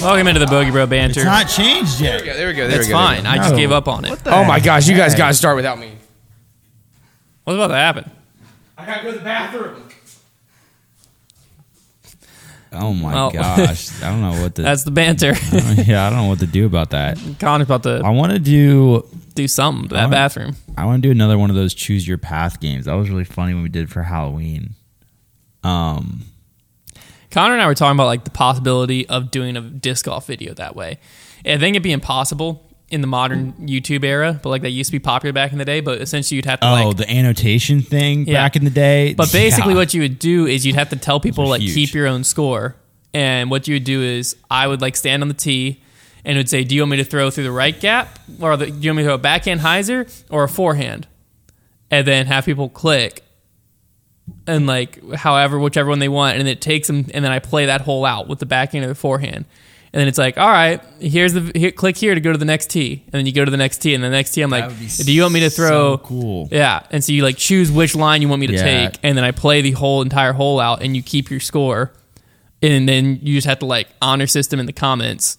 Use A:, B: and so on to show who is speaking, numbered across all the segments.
A: Welcome into the Bogey Bro banter.
B: It's not changed yet.
C: Yeah, there we go. There
A: It's
C: we go.
A: fine. I just
B: No.
A: gave up on it. What
C: Oh my gosh, you guys got to start without me.
A: What's about to happen?
C: I gotta go to the bathroom.
D: Oh my
A: Well-
D: gosh. I don't know what to
A: That's the banter.
D: Yeah, I don't know what to do about that.
A: Connor's about to
D: I want to do
A: do something to that bathroom.
D: I want to do another one of those choose your path games. That was really funny when we did for Halloween. Um
A: Connor and I were talking about like the possibility of doing a disc golf video that way. I think it'd be impossible in the modern YouTube era, but like that used to be popular back in the day. But essentially, you'd have to
D: oh,
A: like
D: the annotation thing
A: Yeah.
D: back in the day.
A: But basically,
D: Yeah.
A: what you would do is you'd have to tell people
D: Those are
A: like
D: huge.
A: keep your own score, and what you would do is I would like stand on the tee and would say, "Do you want me to throw through the right gap, or the, do you want me to throw a backhand hyzer or a forehand?" And then have people click, and like however whichever one they want, and it takes them, and then I play that hole out with the backhand or the forehand. And then it's like, all right, here's the here, click here to go to the next tee, and then you go to the next tee, and the next tee. I'm like,
D: would be
A: do you want me to
D: so
A: throw?
D: cool.
A: Yeah, and so you like choose which line you want me to
D: Yeah.
A: take, and then I play the whole entire hole out, and you keep your score, and then you just have to like honor system in the comments.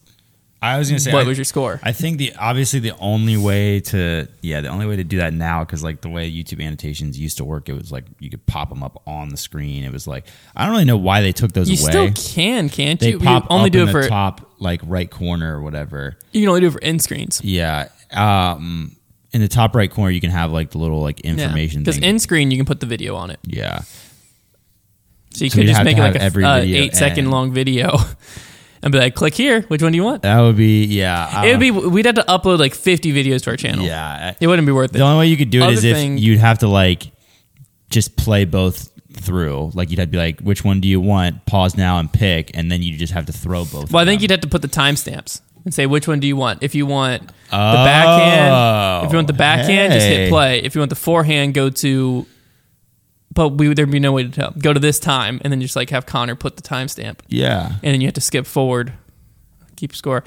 D: I was gonna say
A: what
D: I-
A: was your score?
D: I think the obviously the only way to yeah the only way to do that now because like the way YouTube annotations used to work it was like you could pop them up on the screen it was like I don't really know why they took those
A: you
D: away
A: still can, can't
D: they
A: you?
D: pop
A: you only
D: up
A: do
D: in
A: it
D: the
A: for
D: top like right corner or whatever
A: you can only do it for end screens.
D: yeah um in the top right corner you can have like the little like information
A: because
D: thing
A: end screen you can put the video on it,
D: yeah
A: so you
D: So
A: could
D: you'd
A: just
D: have
A: make
D: to
A: it like
D: have
A: a
D: every
A: uh,
D: video
A: eight second
D: end.
A: long video, and be like, click here. Which one do you want?
D: that would be yeah I
A: It would
D: don't-
A: be we'd have to upload like fifty videos to our channel.
D: yeah
A: it wouldn't be worth it.
D: The only way you could do it
A: Other
D: is
A: thing-
D: if you'd have to like just play both through. Like you'd have to be like, which one do you want? Pause now and pick, and then you just have to throw both.
A: Well, I
D: of
A: think
D: them.
A: you'd have to put the timestamps and say which one do you want. If you want the backhand, if you want the backhand, just hit
D: Oh, hey.
A: play. If you want the forehand, go to. But we there'd be no way to tell. Go to this time, and then just like have Connor put the timestamp,
D: yeah.
A: and then you have to skip forward, keep score.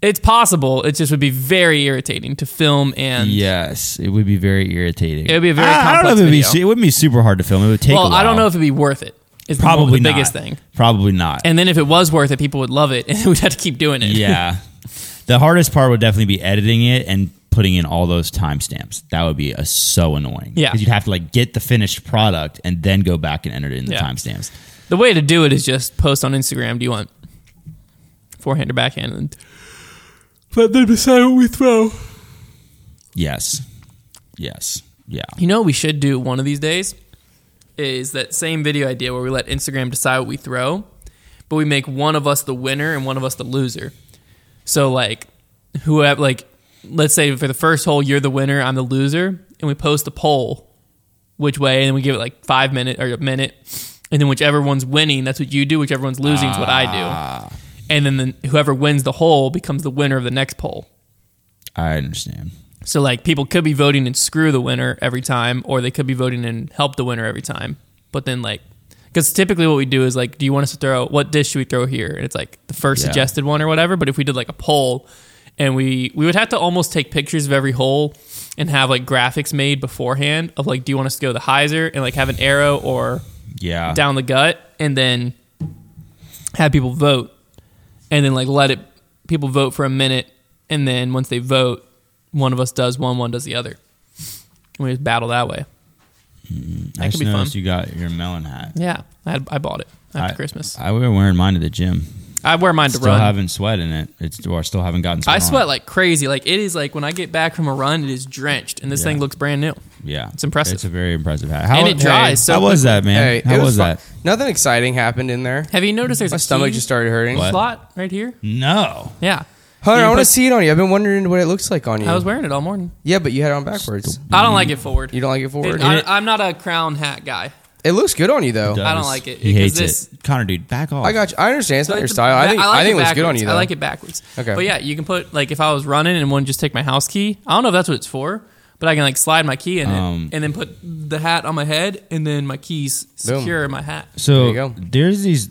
A: It's possible. It just would be very irritating to film, and
D: Yes, it would be very irritating.
A: it would be a very
D: I, I
A: complex
D: don't know if it'd be.
A: video.
D: su- It wouldn't be super hard to film. It would take.
A: well,
D: I
A: I don't know if it'd be worth it. Is
D: probably
A: the,
D: not.
A: biggest thing.
D: Probably not.
A: And then if it was worth it, people would love it, and we'd have to keep doing it.
D: yeah, the hardest part would definitely be editing it and putting in all those timestamps. That would be uh so annoying.
A: Yeah.
D: because you'd have to like get the finished product and then go back and enter it in the
A: Yeah.
D: timestamps.
A: The way to do it is just post on Instagram. Do you want forehand or backhand? And let them decide what we throw.
D: Yes. Yes. Yeah.
A: You know, what we should do one of these days is that same video idea where we let Instagram decide what we throw, but we make one of us the winner and one of us the loser. So like, whoever like, let's say for the first hole you're the winner, I'm the loser, and we post a poll which way, and then we give it like five minute or a minute, and then whichever one's winning, that's what you do. Whichever one's losing is what I do, and then the, whoever wins the hole becomes the winner of the next poll.
D: I understand.
A: So like people could be voting and screw the winner every time, or they could be voting and help the winner every time. But then like, because typically what we do is like, do you want us to throw what dish should we throw here? And it's like the first
D: Yeah.
A: suggested one or whatever. But if we did like a poll, and we we would have to almost take pictures of every hole and have like graphics made beforehand of like, do you want us to go the hyzer and like have an arrow or
C: Uh-huh.
D: Yeah.
A: down the gut and then have people vote and then like let it people vote for a minute and then once they vote one of us does one one does the other and we just battle that way
D: I just
A: could be
D: noticed
A: fun.
D: you got your melon hat.
A: yeah i, had, I bought it after
D: I-
A: christmas
D: I were wearing mine to the gym.
A: i wear mine to
D: Still
A: run
D: haven't sweat in it. It's or still haven't gotten sweat.
A: i
D: on
A: sweat
D: it.
A: like crazy like it is like when i get back from a run it is drenched and this
D: Yeah.
A: thing looks brand new
D: yeah. It's
A: impressive.
D: It's a very impressive hat. How,
A: And it dries so
D: How was that, man?
C: Hey,
D: how
C: it
D: was,
C: was, fun.
D: that?
C: Nothing exciting happened in there.
A: have you noticed there's
C: My
A: a
C: stomach
A: key
C: just started Mm-hmm. hurting.
D: What?
A: slot right here
D: No.
A: yeah
C: Hunter,
A: You
C: I want to
A: put-
C: see it on you. I've been wondering what it looks like on you.
A: i was wearing it all morning
C: yeah, but you had it on backwards.
A: i don't like it forward
C: You don't like it forward.
A: It-
C: It,
A: I, i'm not a crown hat guy
C: looks good on you though.
A: I don't
D: Does.
A: like it,
D: He
A: because
D: hates
A: this-
D: it. Connor, dude, back off.
C: I got. You. I understand. It's not
A: But
C: your
A: the-
C: style. I think. I,
A: like
C: think
A: it
C: it looks good on
A: backwards.
C: you though.
A: I like it backwards.
C: Okay.
A: But yeah, you can put like if I was running and wanted to just take my house key. I don't know if that's what it's for, but I can like slide my key in
D: Um,
A: it and then put the hat on my head and then my keys
C: Boom.
A: secure in my hat.
D: So
C: There you go.
D: there's these.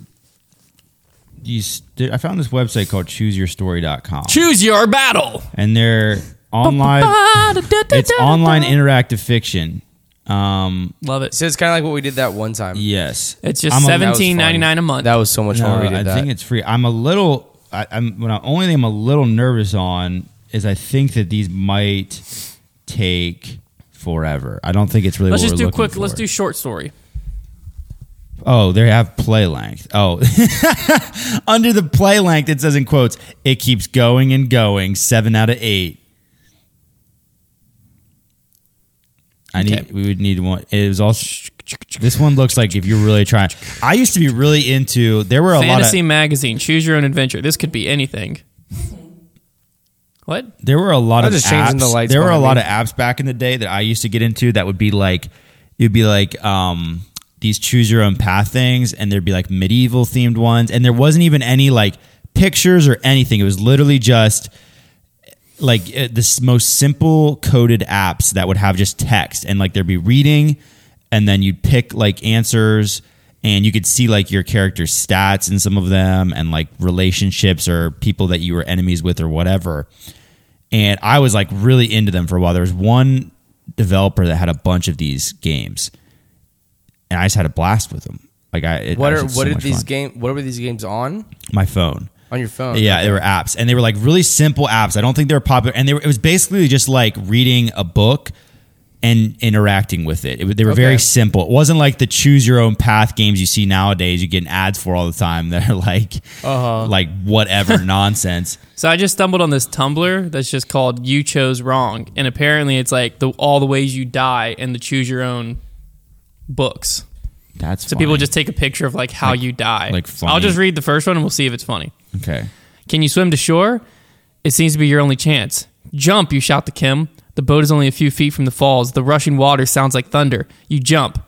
D: These there, I found this website called ChooseYourStory.com,
A: Choose your battle.
D: and they're online. It's
A: It's
D: online interactive fiction. Um,
A: Love it.
C: So it's kind of like what we did that one time.
D: yes,
A: It's just
D: I'm a-
A: seventeen ninety nine a month.
C: That was so much fun. when we
D: I
C: did that.
D: think it's free. I'm a little I, I'm when I, only thing I'm a little nervous on is I think that these might take forever. I don't think it's really.
A: Let's
D: what
A: just
D: we're
A: do
D: looking
A: quick. Let's
D: for.
A: do short story.
D: Oh, they have play length. Oh, under the play length, it says in quotes, it keeps going and going. Seven out of eight. I need.
A: Okay.
D: We would need one. It was also. This one looks like if you're really trying. I used to be really into. There were a lot of.
A: Fantasy magazine. Choose your own adventure. This could be anything. What?
D: There were a lot
C: I'm
D: of
C: just
D: apps.
C: changing the lights
D: there were a
C: behind
D: lot
C: me.
D: of apps back in the day that I used to get into that would be like it'd be like um these choose your own path things and there'd be like medieval themed ones and there wasn't even any like pictures or anything. It was literally just like uh, the s- most simple coded apps that would have just text and like there'd be reading and then you'd pick like answers and you could see like your character's stats in some of them and like relationships or people that you were enemies with or whatever and I was like really into them for a while. There was one developer that had a bunch of these games, and I just had a blast with them. Like I, it,
C: What
D: I
C: are
D: was
C: what
D: so
C: are
D: much
C: these
D: fun.
C: game? What were these games on?
D: My phone.
C: On your phone?
D: Yeah, they were apps, and they were like really simple apps. I don't think they were popular, and they were, it was basically just like reading a book and interacting with it. it was- they were very
C: Okay.
D: simple. It wasn't like the choose your own path games you see nowadays. You get ads for all the time that are like,
C: Uh-huh.
D: like whatever nonsense.
A: So I just stumbled on this Tumblr that's just called "You Chose Wrong," and apparently it's like the all the ways you die and the choose your own books.
D: That's
A: So people
D: funny.
A: just take a picture of like how you die.
D: like
A: I'll
D: funny.
A: just read the first one and we'll see if it's funny.
D: okay.
A: Can you swim to shore? It seems to be your only chance. Jump, you shout to Kim. The boat is only a few feet from the falls. The rushing water sounds like thunder. You jump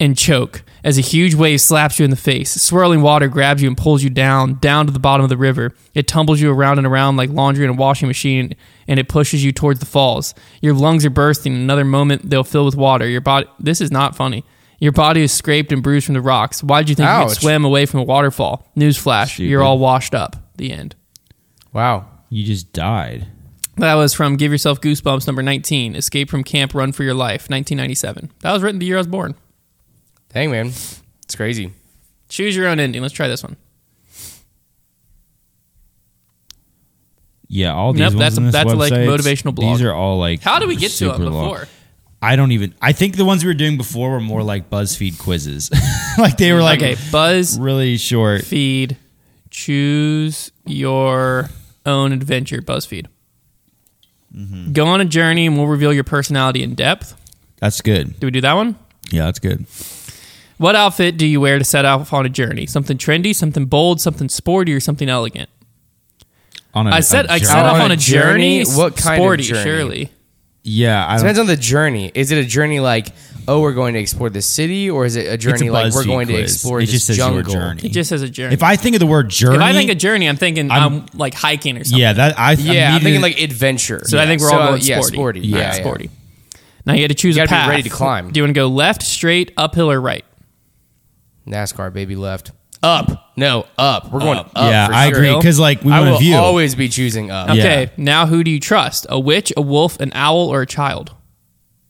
A: and choke as a huge wave slaps you in the face. Swirling water grabs you and pulls you down, down to the bottom of the river. It tumbles you around and around like laundry in a washing machine, and it pushes you towards the falls. Your lungs are bursting. In another moment, they'll fill with water. Your body. This is not funny. Your body is scraped and bruised from the rocks. Why did you think you
C: Ouch.
A: could swim away from a waterfall? Newsflash: You're
D: Stupid.
A: all washed up. The end.
C: Wow.
D: You just died.
A: That was from Give Yourself Goosebumps number 19, Escape from Camp, Run for Your Life, 1997. That was written the year I was born.
C: Dang man, it's crazy.
A: Choose your own ending. Let's try this one.
D: Yeah, all these
A: Nope,
D: ones
A: that's-
D: on this
A: that's, like,
D: website,
A: motivational blog.
D: These are all like
A: How did we get to it
D: super long.
A: before?
D: I don't even. I think the ones we were doing before were more like BuzzFeed quizzes, like they were like
A: okay, buzz,
D: really short.
A: feed, choose your own adventure, BuzzFeed.
D: Mm-hmm.
A: Go on a journey and we'll reveal your personality in depth.
D: That's good.
A: Do we do that one?
D: Yeah, that's good.
A: What outfit do you wear to set off on a journey? Something trendy, something bold, something sporty, or something elegant?
D: On a,
A: I said
D: a
A: I
D: jar-
A: set off on a
C: journey?
A: journey.
C: What kind of
A: sporty,
C: journey?
A: surely.
D: Yeah, I
C: Depends
D: don't,
C: on the journey. Is it a journey like, oh, we're going to explore the city, or is it a
D: it's a
C: journey like we're
D: BuzzFeed
C: going to
D: quiz.
C: explore
D: It
C: this
D: just says your
C: jungle?
D: journey.
A: It just says a journey.
D: if I think of the word journey,
A: If I think of journey, I'm thinking I'm,
D: I'm-
A: like hiking or something.
D: yeah, that I
C: Yeah,
D: immediately-
C: I'm thinking like adventure.
A: So I think we're all going
C: yeah,
A: sporty.
C: sporty. Yeah,
A: All right,
C: yeah.
A: sporty. Now you got to choose
C: You
A: a
C: gotta be
A: path.
C: ready to climb.
A: Do you want to go left, straight, uphill, or right?
C: NASCAR baby left. Up. No, up. We're going up.
D: yeah,
C: for
D: I
C: sure.
D: agree because like we
C: I
D: want
C: will
D: to view.
C: always be choosing up.
D: Yeah.
A: Okay. Now who do you trust? A witch, a wolf, an owl, or a child?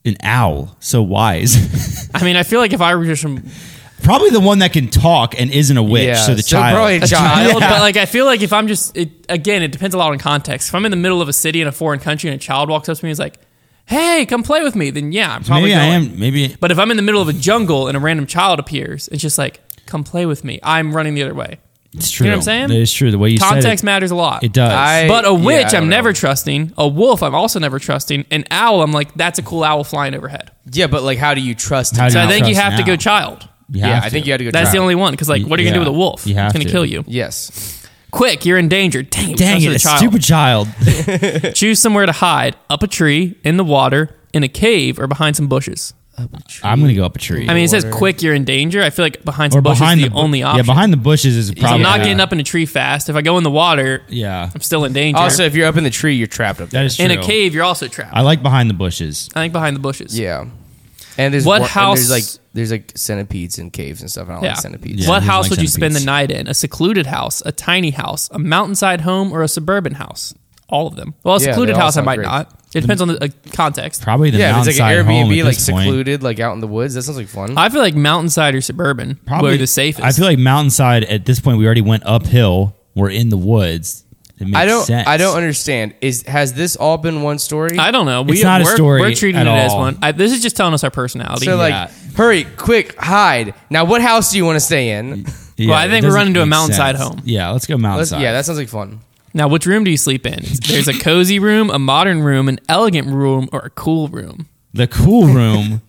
D: an owl, so wise.
A: I mean, I feel like if I were just from
D: probably the one that can talk and isn't a witch.
C: Yeah,
D: so the
C: so
D: child.
C: probably a
A: a
C: child.
A: child, but like I feel like if I'm just it, again, it depends a lot on context. If I'm in the middle of a city in a foreign country and a child walks up to me and is like, "Hey, come play with me," then yeah, I'm probably
D: maybe I
A: going.
D: am. Maybe
A: But if I'm in the middle of a jungle and a random child appears, it's just like, "Come play with me." I'm running the other way.
D: it's true.
A: You know what I'm saying?
D: It is true. The way you said
A: Context
D: it,
A: matters a lot.
D: it does.
C: I-
A: But a
C: yeah,
A: witch,
C: I
A: I'm
C: don't
A: never
C: know.
A: trusting. A wolf, I'm also never trusting. An owl, I'm like, that's a cool owl flying overhead.
C: Yeah, but like, how do you trust?
D: How
C: it?
D: do
A: So
D: you
A: I think you
D: trust
A: have to
D: an
A: go
D: owl.
A: child.
D: You
C: yeah,
D: have
C: I
D: to.
C: think you had to go.
A: That's
C: try
A: the
C: it.
A: only one. Because like,
D: Y-
A: what are you gonna do
D: yeah.
A: with a wolf?
D: You
A: it's
D: have
A: gonna
D: to.
A: kill you.
C: Yes.
A: Quick, you're in danger. Dang, it,
D: Dang
A: trust
D: it,
A: the
D: a
A: child.
D: stupid child.
A: Choose somewhere to hide: up a tree, in the water, in a cave, or behind some bushes.
D: I'm gonna go up a tree.
A: I mean, it says
C: Water.
A: quick, you're in danger. I feel like behind some bushes is the,
D: bu-
A: only option.
D: Yeah, behind the bushes is probably
A: I'm not getting up in a tree fast. If I go in the water,
D: Yeah,
A: I'm still in danger.
C: Also, if you're up in the tree, you're trapped up there.
D: that is true.
A: in a cave, you're also trapped.
D: I like behind the bushes.
A: I think behind the bushes.
C: Yeah. And there's
A: What
C: one- and
A: house-
C: there's like there's like centipedes and caves and stuff. And I don't
A: Yeah.
C: like centipedes.
D: Yeah.
A: What
D: he doesn't
A: house
D: like
A: would you spend the
D: centipedes.
A: night in? A secluded house, a tiny house, a mountainside home, or a suburban house? All of them. Well, a
C: Yeah, they
A: secluded
C: all
A: house, I
C: sound
A: might
C: great.
A: not. It depends on the uh, context.
D: Probably the
C: Yeah, if it's like
D: mountainside
C: an
D: home at
C: Airbnb, like
D: this point.
C: secluded, like out in the woods. That sounds like fun.
A: I feel like mountainside or suburban probably, were the safest.
D: I feel like mountainside at this point. We already went uphill. were in the woods. It makes
C: I don't.
D: Sense.
C: I don't understand. Is has this all been one story?
A: I don't know. We,
D: It's not a
A: we're,
D: story
A: we're treating
D: at
A: it as
D: all.
A: one. I, this is just telling us our personality.
C: so like,
D: Yeah.
C: hurry, quick, hide. Now, what house do you want to stay in?
D: Yeah,
A: Well, I
D: it
A: think we're
D: doesn't
A: running to a
D: make
A: mountainside
D: sense.
A: home.
D: Yeah, let's go mountainside.
C: Let's, yeah, that sounds like fun.
A: now, which room do you sleep in? There's a cozy room, a modern room, an elegant room, or a cool room.
D: the cool room.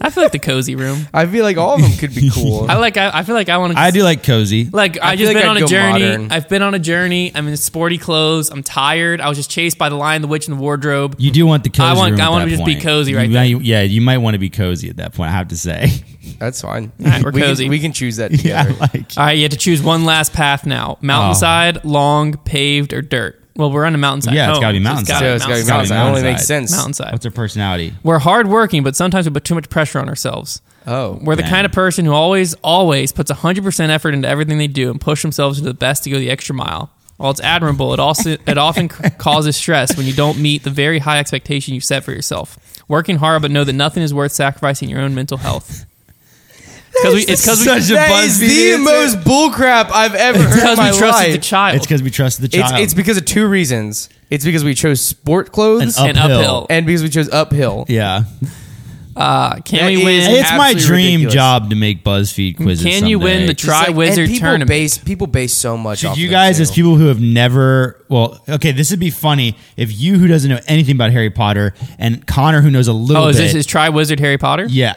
A: I feel like the cozy room.
C: I feel like all of them could be cool.
A: I like. I, I feel like I want to.
D: I do like cozy.
A: Like I,
C: I feel
A: just
C: like
A: been
C: I'd
A: on a
C: go
A: journey.
C: modern.
A: I've been on a journey. I'm in sporty clothes. I'm tired. I was just chased by the lion, the witch, and the wardrobe.
D: You do want the cozy.
A: I want-
D: Room
A: I
D: at
A: wanna
D: that
A: just be
D: point.
A: cozy
D: You
A: right
D: might- Yeah, you might want to be cozy at that point. I have to say.
C: That's fine.
A: right, we're
C: we,
A: cozy.
C: Can, we can choose that
D: yeah,
C: together.
D: like
A: All right, you have to choose one last path now: mountainside, long, paved, or dirt. Well, we're on a mountainside.
D: Yeah, it's
A: home,
D: gotta
A: so
D: be mountainside.
C: So it's got to
D: Gotta
C: be
D: be
C: mountain. That only
D: mountainside.
C: makes sense.
A: Mountainside.
D: what's her personality?
A: We're hardworking, but sometimes we put too much pressure on ourselves.
C: Oh,
A: We're the
D: Dang.
A: kind of person who always, always puts 100% effort into everything they do and push themselves to the best to go the extra mile. While it's admirable, it also it often c- causes stress when you don't meet the very high expectation you set for yourself. Working hard, but know that nothing is worth sacrificing your own mental health. Because we, it's because we,
D: Such a
C: that is the
D: BuzzFeed
C: most bullcrap I've ever heard in
A: because
C: my
A: we trusted
C: life.
A: the child.
D: It's because we trusted the
C: it's
D: child.
C: it's because of two reasons. It's because we chose sport clothes
D: An
C: and,
A: and uphill.
D: uphill.
C: because we chose uphill.
D: yeah,
A: Uh, can
C: That
A: we
C: is
A: win?
D: it's my
C: absolutely
D: dream
C: ridiculous.
D: job to make BuzzFeed quizzes.
A: Can you win
D: someday.
A: the
C: Just
A: Try
C: and
A: Wizard
C: people
A: tournament.
C: Base, people base so much.
D: Should
C: off
D: you
C: them,
D: guys,
C: too.
D: as people who have never, well, okay, this would be funny if you, who doesn't know anything about Harry Potter, and Connor, who knows a little
A: Oh, is
D: bit,
A: this is try wizard Harry Potter?
D: yeah,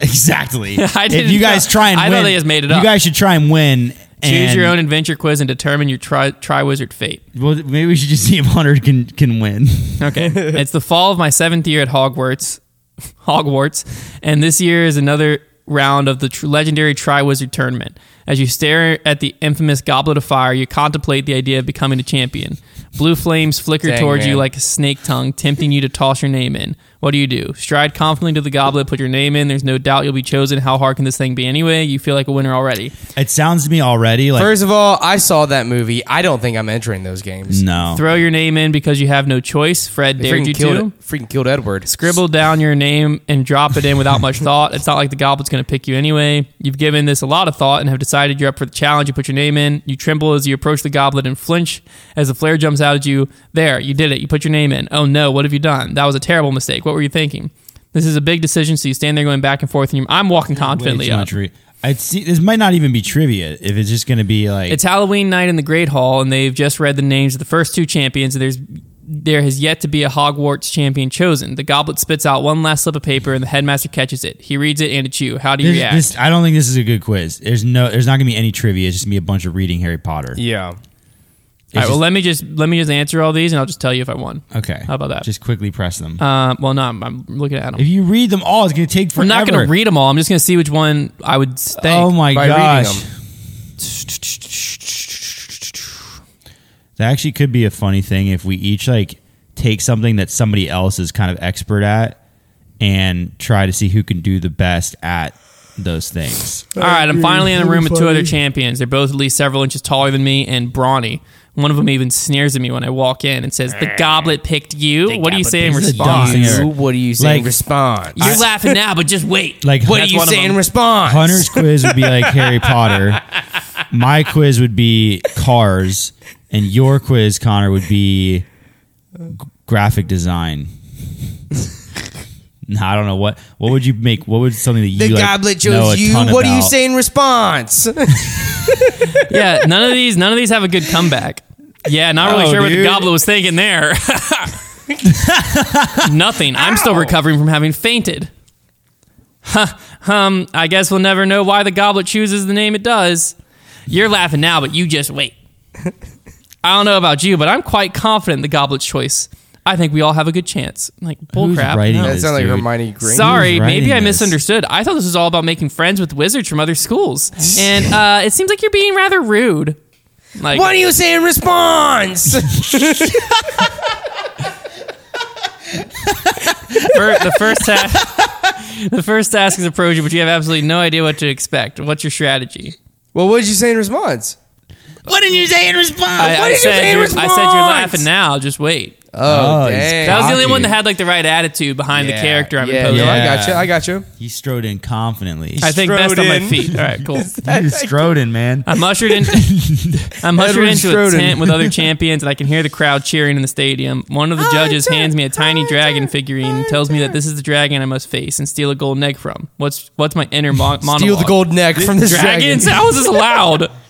D: exactly.
A: I
D: if
A: didn't
D: you guys
A: know.
D: try and
A: I thought
D: win,
A: they just made it
D: you
A: up.
D: guys should try and win.
A: Choose
D: and-
A: your own adventure quiz and determine your tri tri wizard fate.
D: Well, maybe we should just see if Hunter can can win.
A: Okay. it's the fall of my seventh year at Hogwarts, Hogwarts, and this year is another round of the tr- legendary Triwizard Tournament. As you stare at the infamous Goblet of Fire, you contemplate the idea of becoming a champion. Blue flames flicker
C: Dang,
A: towards you
C: man.
A: like a snake tongue, tempting you to toss your name in. What do you do? Stride confidently to the goblet, put your name in. There's no doubt you'll be chosen. How hard can this thing be anyway? You feel like a winner already.
D: It sounds to me already like
C: First of all, I saw that movie. I don't think I'm entering those games.
D: no.
A: Throw your name in because you have no choice. Fred
C: Oh, They
A: dared you
C: freaking killed,
A: to.
C: freaking killed Edward.
A: Scribble down your name and drop it in without much thought. It's not like the goblet's going to pick you anyway. You've given this a lot of thought and have decided you're up for the challenge. You put your name in. You tremble as you approach the goblet and flinch as the flare jumps out at you. There, you did it. You put your name in. Oh no, what have you done? That was a terrible mistake. What were you thinking? This is a big decision, so you stand there going back and forth. And you, I'm walking confidently
D: Way too
A: up.
D: much re- I'd see, this might not even be trivia if it's just going to be like
A: It's Halloween night in the Great Hall, and they've just read the names of the first two champions. And there's there has yet to be a Hogwarts champion chosen. The goblet spits out one last slip of paper, and the headmaster catches it. He reads it, and it's you. How do you
D: This-
A: react?
D: this- I don't think this is a good quiz. There's no. There's not gonna be any trivia. It's just gonna be a bunch of reading Harry Potter.
C: Yeah.
A: all right. Well, let me just let me just answer all these, and I'll just tell you if I won.
D: Okay.
A: How about that?
D: Just quickly press them.
A: Uh, well, no, I'm, I'm looking at them.
D: if you read them all, it's gonna take
A: I'm
D: forever.
A: not going to read them all. I'm just going to see which one I would think.
D: Oh my
C: by
D: gosh.
C: reading
D: That actually could be a funny thing if we each like take something that somebody else is kind of expert at and try to see who can do the best at those things.
A: All right, I'm finally in a room with two other champions. They're both at least several inches taller than me and brawny. One of them even sneers at me when I walk in and says, "The goblet picked you." what do you say in
D: picked the
A: response?
D: dumb
A: You're
D: thing ever.
C: You, what do you say
D: Like-
C: in response?
A: laughing now, but just wait.
D: Like,
A: what
D: that's
A: do you
D: one of
A: say in
C: in
A: response?
C: response.
D: Hunter's quiz would be like Harry Potter. My quiz would be cars, and your quiz, Connor, would be g- graphic design. No, I don't know what. What would you make? What would something that you
C: The
D: like,
C: goblet
D: know a
C: chose you.
D: ton
C: What do you
D: about?
C: say in response?
A: yeah, none of these, none of these have a good comeback. Yeah, not really
D: Oh,
A: sure what the
D: dude.
A: goblet was thinking there. Nothing. I'm still recovering from having fainted. Huh. Um. I guess we'll never know why the goblet chooses the name it does. You're laughing now, but you just wait. I don't know about you, but I'm quite confident in the goblet's choice. I think we all have a good chance. Like
D: Who's
A: bullcrap.
D: writing
A: No.
C: that
D: Yes,
C: sounds like
D: dude.
C: Hermione Granger.
A: Sorry,
D: Who's
A: maybe
D: writing
A: I
D: this?
A: misunderstood. I thought this was all about making friends with wizards from other schools, and uh, it seems like you're being rather rude. Like,
C: What do you say in response?
A: fir- the first task, the first task is approaching, but you have absolutely no idea what to expect. What's your strategy?
C: well, what did you say in response? What did you say in response?
A: I,
C: what
A: I
C: did you
A: said
C: say in
A: you're,
C: response?
A: I said you're laughing now. Just wait.
C: Oh,
D: Oh, he's
C: dang.
A: That was the only
D: Cocky.
A: one that had like the right attitude behind the
C: Yeah.
A: character I'm
C: yeah,
A: imposing.
C: No, I
D: Yeah.
C: got you. I got you.
D: He strode in confidently.
A: I think best
C: Strode
A: on my
C: in.
A: feet. All right, cool.
D: He strode in, man.
A: I'm ushered in. I'm ushered
C: Edward
A: into a
C: Snowden.
A: tent with other champions, and I can hear the crowd cheering in the stadium. One of the judges hands me a tiny dragon figurine and tells me that this is the dragon I must face and steal a golden egg from. What's what's my inner mon- monologue?
C: Steal the gold neck from this dragon.
A: Dragons? How is this allowed?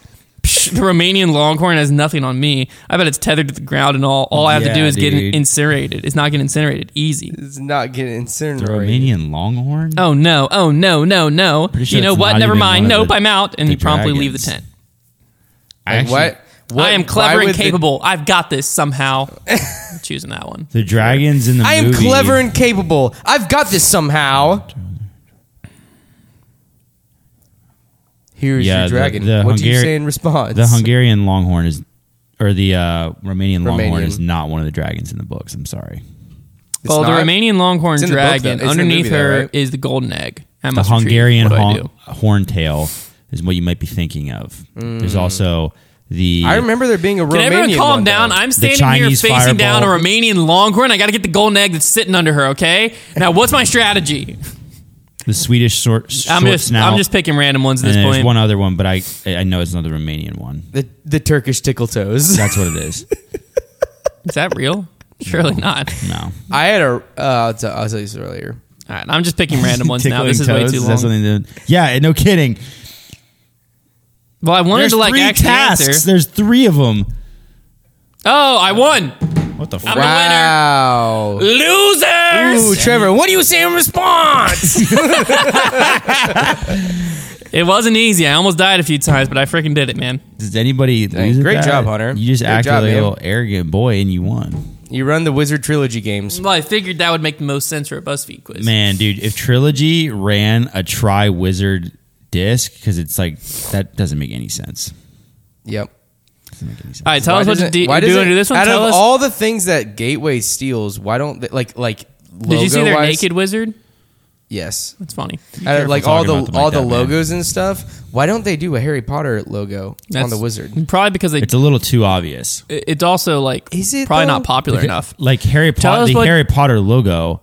A: Psh, the Romanian longhorn has nothing on me. I bet it's tethered to the ground and all. All I have to
D: Yeah,
A: do is get
D: dude.
A: incinerated. It's not getting incinerated. Easy.
C: It's not getting incinerated.
D: The Romanian Longhorn.
A: Oh no! Oh no! No no!
D: sure
A: you know
D: it's
A: what?
D: not
A: Never
D: even
A: mind.
D: one of
A: Nope,
D: the-
A: I'm out. And
D: the
A: you promptly leave the
D: dragons.
A: tent.
D: I
C: Like,
D: actually-
C: what? what?
A: I am
C: why
A: clever and
C: would the-
A: capable. I've got this somehow. I'm choosing that one.
D: The dragons in the
C: I am
D: movie.
C: clever and capable. I've got this somehow. Here's
D: Yeah,
C: your
D: the-
C: dragon.
D: the
C: what do you
D: Hungari-
C: say in response?
D: the Hungarian Longhorn is, or the uh, Romanian Longhorn
C: Romanian.
D: is not one of the dragons in the books. I'm sorry.
C: It's
A: well,
C: not?
A: the Romanian longhorn
C: It's in the book,
A: dragon.
C: though. It's in the
A: underneath
C: movie, though,
A: her
C: right?
A: is the golden egg. I
D: The
A: must retrieve it.
D: Hungarian
A: What do I
D: hon-
A: do?
D: horntail is what you might be thinking of.
A: Mm.
D: There's also the.
C: I remember there being a
A: Can
C: Romanian.
A: everyone
C: one,
A: calm down?
C: though.
A: I'm standing here
D: Chinese
A: facing down a
D: fireball.
A: Romanian longhorn. I got to get the golden egg that's sitting under her. Okay. Now, what's my strategy?
D: the Swedish short, short
A: I'm just
D: snout.
A: I'm just picking random ones at
D: and
A: this
D: there's
A: point.
D: one other one, but I I know it's not the Romanian one.
C: the the Turkish tickle toes.
D: That's what it is.
A: Is that real? Surely not.
D: No.
C: I had a. Uh, I'll, tell, I'll tell you this earlier.
A: All right, I'm just picking random ones now. This is
D: Tickling
A: way
D: toes,
A: too
D: is
A: long.
D: that something to- yeah, eh, no kidding.
A: well, I wanted
D: There's
A: to like
D: three
A: actually
D: tasks.
A: answer.
D: There's three of them.
A: Oh, I won.
D: What the
A: a
D: fuck?
C: Wow.
A: Losers.
C: Ooh, Trevor, what do you say in response?
A: It wasn't easy. I almost died a few times, but I freaking did it, man.
D: Does anybody lose at
C: Great
D: that?
C: job, Hunter.
D: You just
C: Good
D: acted
C: job,
D: like a
C: man.
D: little arrogant boy and you won.
C: you run the Wizard Trilogy games.
A: Well, I figured that would make the most sense for a BuzzFeed quiz.
D: Man, dude, if Trilogy ran a Tri Wizard disc, because it's like, that doesn't make any sense.
C: Yep.
D: Doesn't make any sense.
A: All right, tell us what
C: doesn't-
A: to do.
C: why
A: Why do
C: doesn't-
A: under this one?
C: Out
A: Tell
C: of
A: us.
C: all the things that Gateway steals, why don't they, like like logo
A: did you see their
C: wise,
A: naked wizard?
C: Yes.
A: That's funny.
C: Out of, like
D: careful
C: all
D: talking
C: the
D: about them
C: all
D: like
C: the
D: that, man.
C: logos and stuff, why don't they do a Harry Potter logo on
A: That's-
C: the wizard?
A: Probably because they.
D: It's a little too obvious.
A: it- It's also like
C: Is it,
A: probably
C: though?
A: not popular enough.
D: Like Harry
A: Tell
D: Potter,
A: us
D: the
A: what-
D: Harry Potter logo,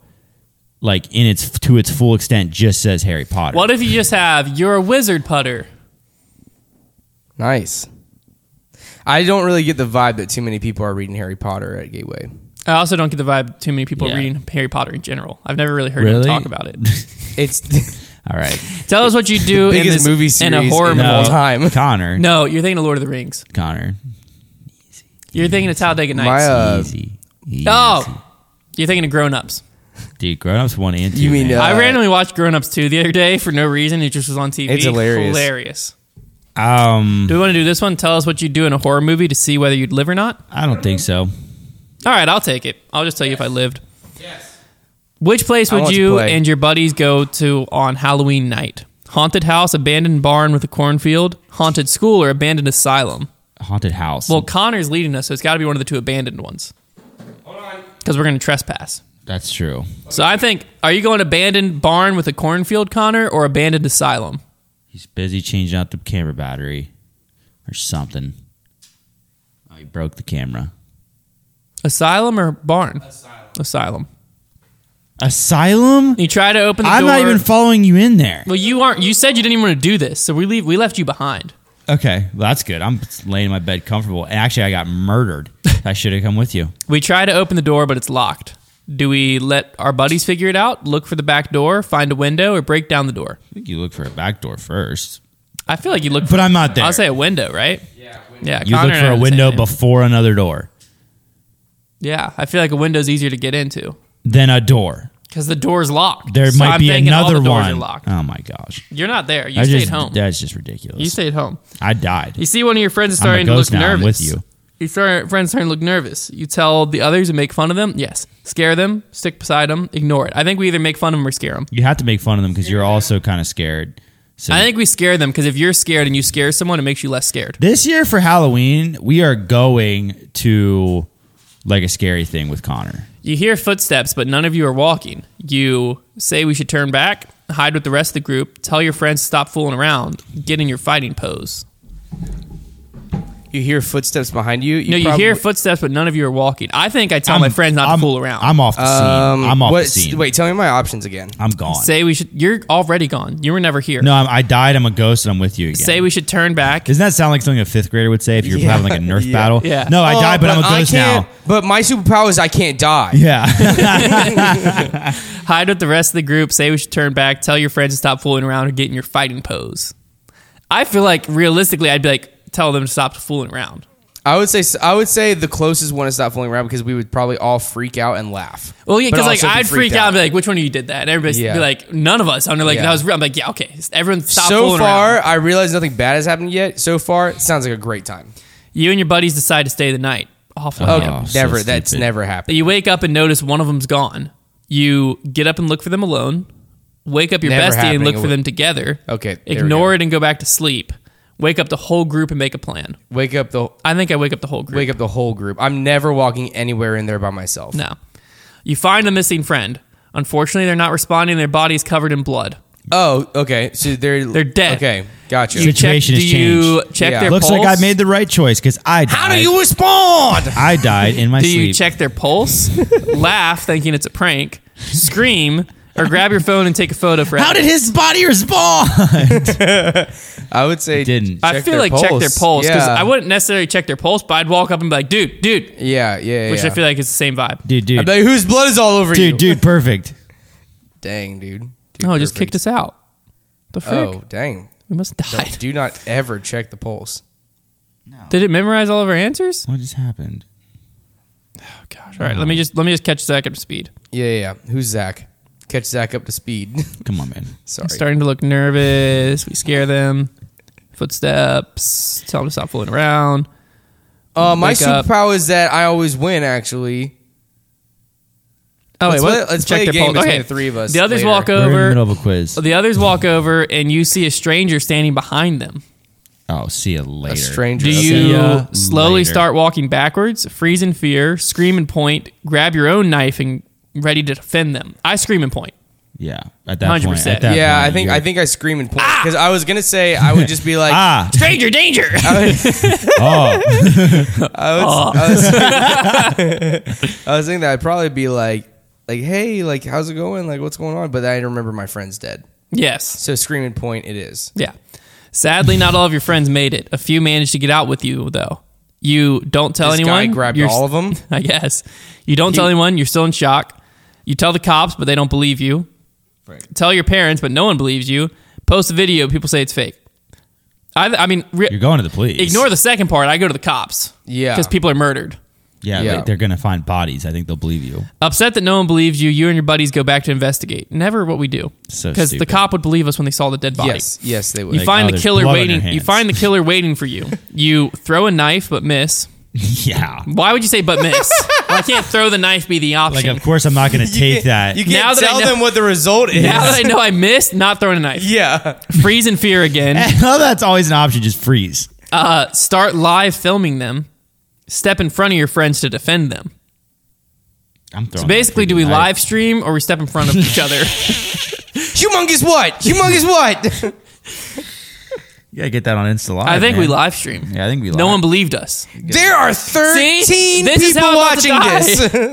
D: like in its to its full extent, just says Harry Potter.
A: What if you just have you're a wizard putter?
C: Nice. I don't really get the vibe that too many people are reading Harry Potter at Gateway.
A: I also don't get the vibe too many people are
D: Yeah.
A: reading Harry Potter in general. I've never really heard them
D: Really?
A: talk about it.
C: It's
D: All right.
A: Tell us what you do in
C: biggest
A: this
C: movie
A: in a
C: series
A: horror
C: in
A: movie.
C: the all time.
D: Connor.
A: No, you're thinking of Lord of the Rings.
D: Connor.
A: You're thinking of Talladega Nights.
C: My, uh,
D: easy. easy.
A: oh, you're thinking of Grown Ups.
D: Dude, grown ups one and two.
C: You mean,
D: man.
C: uh,
A: I randomly watched Grown Ups 2 the other day for no reason. It just was on TV.
C: It's hilarious.
A: Hilarious. uh,
D: um,
A: Do we want to do this one? Tell us what you do in a horror movie to see whether you'd live or not?
D: I don't think so.
A: All right, I'll take it. I'll just tell you if I lived. Yes. Which place
C: I
A: would
C: want to
A: you
C: play.
A: and your buddies go to on Halloween night? Haunted house, abandoned barn with a cornfield, haunted school, or abandoned asylum?
D: Haunted house.
A: Well, Connor's leading us, so it's got to be one of the two abandoned ones. Hold on. Because we're going to trespass.
D: that's true.
A: So I think, are you going abandoned barn with a cornfield, Connor, or abandoned asylum?
D: He's busy changing out the camera battery or something. Oh, he broke the camera.
A: Asylum or barn? Asylum. Asylum.
D: Asylum?
A: You try to open the
D: I'm
A: door.
D: not even following you in there.
A: well, you aren't. You said you didn't even want to do this, so we leave. We left you behind.
D: Okay, well, that's good. I'm laying in my bed comfortable. And actually, I got murdered. I should have come with you.
A: We try to open the door, but it's locked. Do we let our buddies figure it out? Look for the back door, find a window, or break down the door?
D: I think you look for a back door first.
A: I feel like you look.
D: But I'm not there.
A: I'll say a window, right? Yeah. Yeah.
D: You
A: Connor and
D: look
A: I
D: for
A: are
D: a
A: the
D: window
A: same dude.
D: before another door,
A: Yeah, I feel like a window's easier to get into
D: then a door.
A: because the door's locked.
D: There
A: So
D: might
A: I'm
D: be
A: thinking all
D: another
A: the doors
D: one.
A: Are locked.
D: Oh my gosh.
A: You're not there. You
D: I
A: stayed
D: just-
A: home.
D: That's just
A: You
D: ridiculous.
A: stayed home.
D: I died.
A: You see, one of your friends is
D: I'm a
A: starting to look
D: ghost now. I'm
A: nervous.
D: with you.
A: Your fr- friend's starting to look nervous. You tell the others and make fun of them. Yes. Scare them. Stick beside them. Ignore it. I think we either make fun of them or scare them.
D: You have to make fun of them because you're also kind of scared. So
A: I think we scare them because if you're scared and you scare someone, it makes you less scared.
D: this year for Halloween, we are going to like a scary thing with Connor.
A: You hear footsteps, but none of you are walking. You say we should turn back, hide with the rest of the group, tell your friends to stop fooling around, get in your fighting pose.
C: you hear footsteps behind you.
A: No, you
C: probably-
A: hear footsteps, but none of you are walking. I think I tell my
D: I'm-
A: friends not
D: I'm-
A: to fool around.
D: I'm off the
C: Um,
D: scene. I'm off
C: what-
D: the scene.
C: Wait, tell me my options again.
D: I'm gone.
A: Say we should. You're already gone. You were never here.
D: no, I'm, I died. I'm a ghost, and I'm with you again.
A: Say we should turn back.
D: Doesn't that sound like something a fifth grader would say if you're
C: Yeah.
D: having like a Nerf
C: Yeah.
D: battle?
A: Yeah.
D: No, I
C: Oh,
D: died, but, I'm a
C: I
D: ghost
C: can't-
D: now.
C: But my superpower is I can't die.
D: Yeah.
A: Hide with the rest of the group. Say we should turn back. Tell your friends to stop fooling around and get in your fighting pose. I feel like realistically, I'd be like, tell them to stop fooling around.
C: I would say I would say the closest one is not fooling around because we would probably all freak out and laugh.
A: Well, yeah,
C: But
A: because like
C: also be
A: I'd freak
C: freaked
A: out
C: out.
A: and be like, which one of you did that? And everybody's
C: Yeah.
A: be like, none of us. I'm like,
C: Yeah.
A: that was real. I'm like, yeah, okay. Everyone stop
C: so
A: fooling
C: far,
A: around.
C: I realize nothing bad has happened yet. So far, it sounds like a great time.
A: You and your buddies decide to stay the night. Awful.
C: Okay,
D: Oh, so
C: never. that's
D: stupid.
C: never happened.
A: You wake up and notice one of them's gone. You get up and look for them alone. Wake up your
C: Never
A: bestie and
C: happening.
A: look for them together.
C: Okay, there we
A: Ignore
C: go.
A: it and go back to sleep. Wake up the whole group and make a plan.
C: Wake up the
A: I think I wake up the whole group.
C: wake up the whole group. I'm never walking anywhere in there by myself.
A: No. You find a missing friend. Unfortunately, they're not responding. Their body's covered in blood.
C: Oh, okay. So they're
A: They're dead.
C: Okay, gotcha.
A: You
D: Situation
A: check,
D: has
A: do you
D: changed.
A: check
C: Yeah.
A: their
D: Looks
A: pulse?
D: like I made the right choice because I died.
C: How do you respond?
D: I died in my
A: do
D: sleep.
A: you check their pulse? laugh, thinking it's a prank. Scream, or grab your phone and take a photo for.
D: How did his body respond?
C: I would say
D: didn't.
A: I
C: check
A: feel
C: their
A: like check their pulse because
C: Yeah.
A: I wouldn't necessarily check their pulse, but I'd walk up and be like, "Dude, dude,"
C: Yeah, yeah, yeah.
A: which I feel like it's the same vibe.
D: dude,
C: I'd
D: dude,
C: be like, whose blood is all over you?
D: dude, dude, perfect.
C: Dang, dude. dude
A: No, "Oh, it just
C: perfect.
A: kicked us out. The frick?
C: Oh, dang.
A: We must have died.
C: Do not ever check the pulse.
A: Did it memorize all of our answers?
D: What just happened?
A: Oh gosh! All right, let me just let me just catch Zach up to speed.
C: Yeah, yeah. yeah. Who's Zach? Catch Zach up to speed.
D: Come on, man.
C: Sorry.
A: Starting to look nervous. We scare them. Footsteps. Tell them to stop fooling around.
C: Uh, my
A: Wake up.
C: superpower is that I always win. Actually,
A: Oh
C: Let's
A: wait,
C: play-
A: what?
C: let's play a
A: their
C: game
A: pulse.
C: between the three of us
A: The others
C: later.
A: walk
D: We're in the middle
A: over.
D: of a quiz.
A: The others walk over, and you see a stranger standing behind them.
D: Oh, see you later.
C: a stranger.
A: Do
C: Okay.
A: you
D: ya
A: slowly
D: later.
A: start walking backwards, freeze in fear, scream and point, grab your own knife and ready to defend them? I scream and point.
D: Yeah, at that point.
A: 100%.
D: At that
C: Yeah,
D: point,
C: I think
D: you're-
C: I think I scream and point because I was gonna say I would just be like,
D: Ah,
A: Stranger danger.
D: oh,
C: I was thinking that I'd probably be like, like, hey, like, how's it going? Like, what's going on? But I remember my friend's dead.
A: yes.
C: So scream and point, it is.
A: Yeah. Sadly, not all of your friends made it. A few managed to get out with you, though. You don't tell
C: This
A: Oh, anyone.
C: guy grabbed
A: You're-
C: all of them.
A: I guess. You don't tell anyone. You're still in shock. You tell the cops, but they don't believe you. Tell your parents, but no one believes you. Post a video. People say it's fake. I, I mean, re-
D: you're going to the police.
A: ignore the second part. I go to the cops.
C: Yeah.
A: Because people are murdered.
D: Yeah,
C: Yeah.
D: like, they're gonna find bodies. I think they'll believe you.
A: Upset that no one believes you, you and your buddies go back to investigate. Never what we do.
D: So
A: the
D: stupid.
A: cop would believe us when they saw the dead body.
C: Yes, yes, they would.
A: You
D: Like,
A: find
D: oh,
A: the
D: there's
A: killer
D: blood on your
A: waiting. You
D: hands.
A: find the killer waiting for you. You throw a knife but miss.
D: yeah,
A: Why would you say but miss? Why can't throw the knife be the
D: like
A: option?
D: of course I'm not gonna take that.
C: You
A: Now
C: can't
A: that I
C: tell
A: know-
C: them what the result is.
A: now that I know I missed, not throwing a knife.
C: yeah.
A: Freeze in fear again.
D: no, that's always an option. Just freeze.
A: Uh, start live filming them. Step in front of your friends to defend them.
D: I'm throwing.
A: Basically,
D: that
A: do we
D: freaking
A: live
D: knife.
A: stream or we step in front of each other?
C: Humongous what? Humongous what?
D: You gotta get that on Insta Live.
A: I think we
D: man.
A: live stream.
D: Yeah, I think we
A: No
D: live.
A: one believed us.
C: there are 13
A: See? This is
C: people
A: how I'm about to
C: watching
A: die.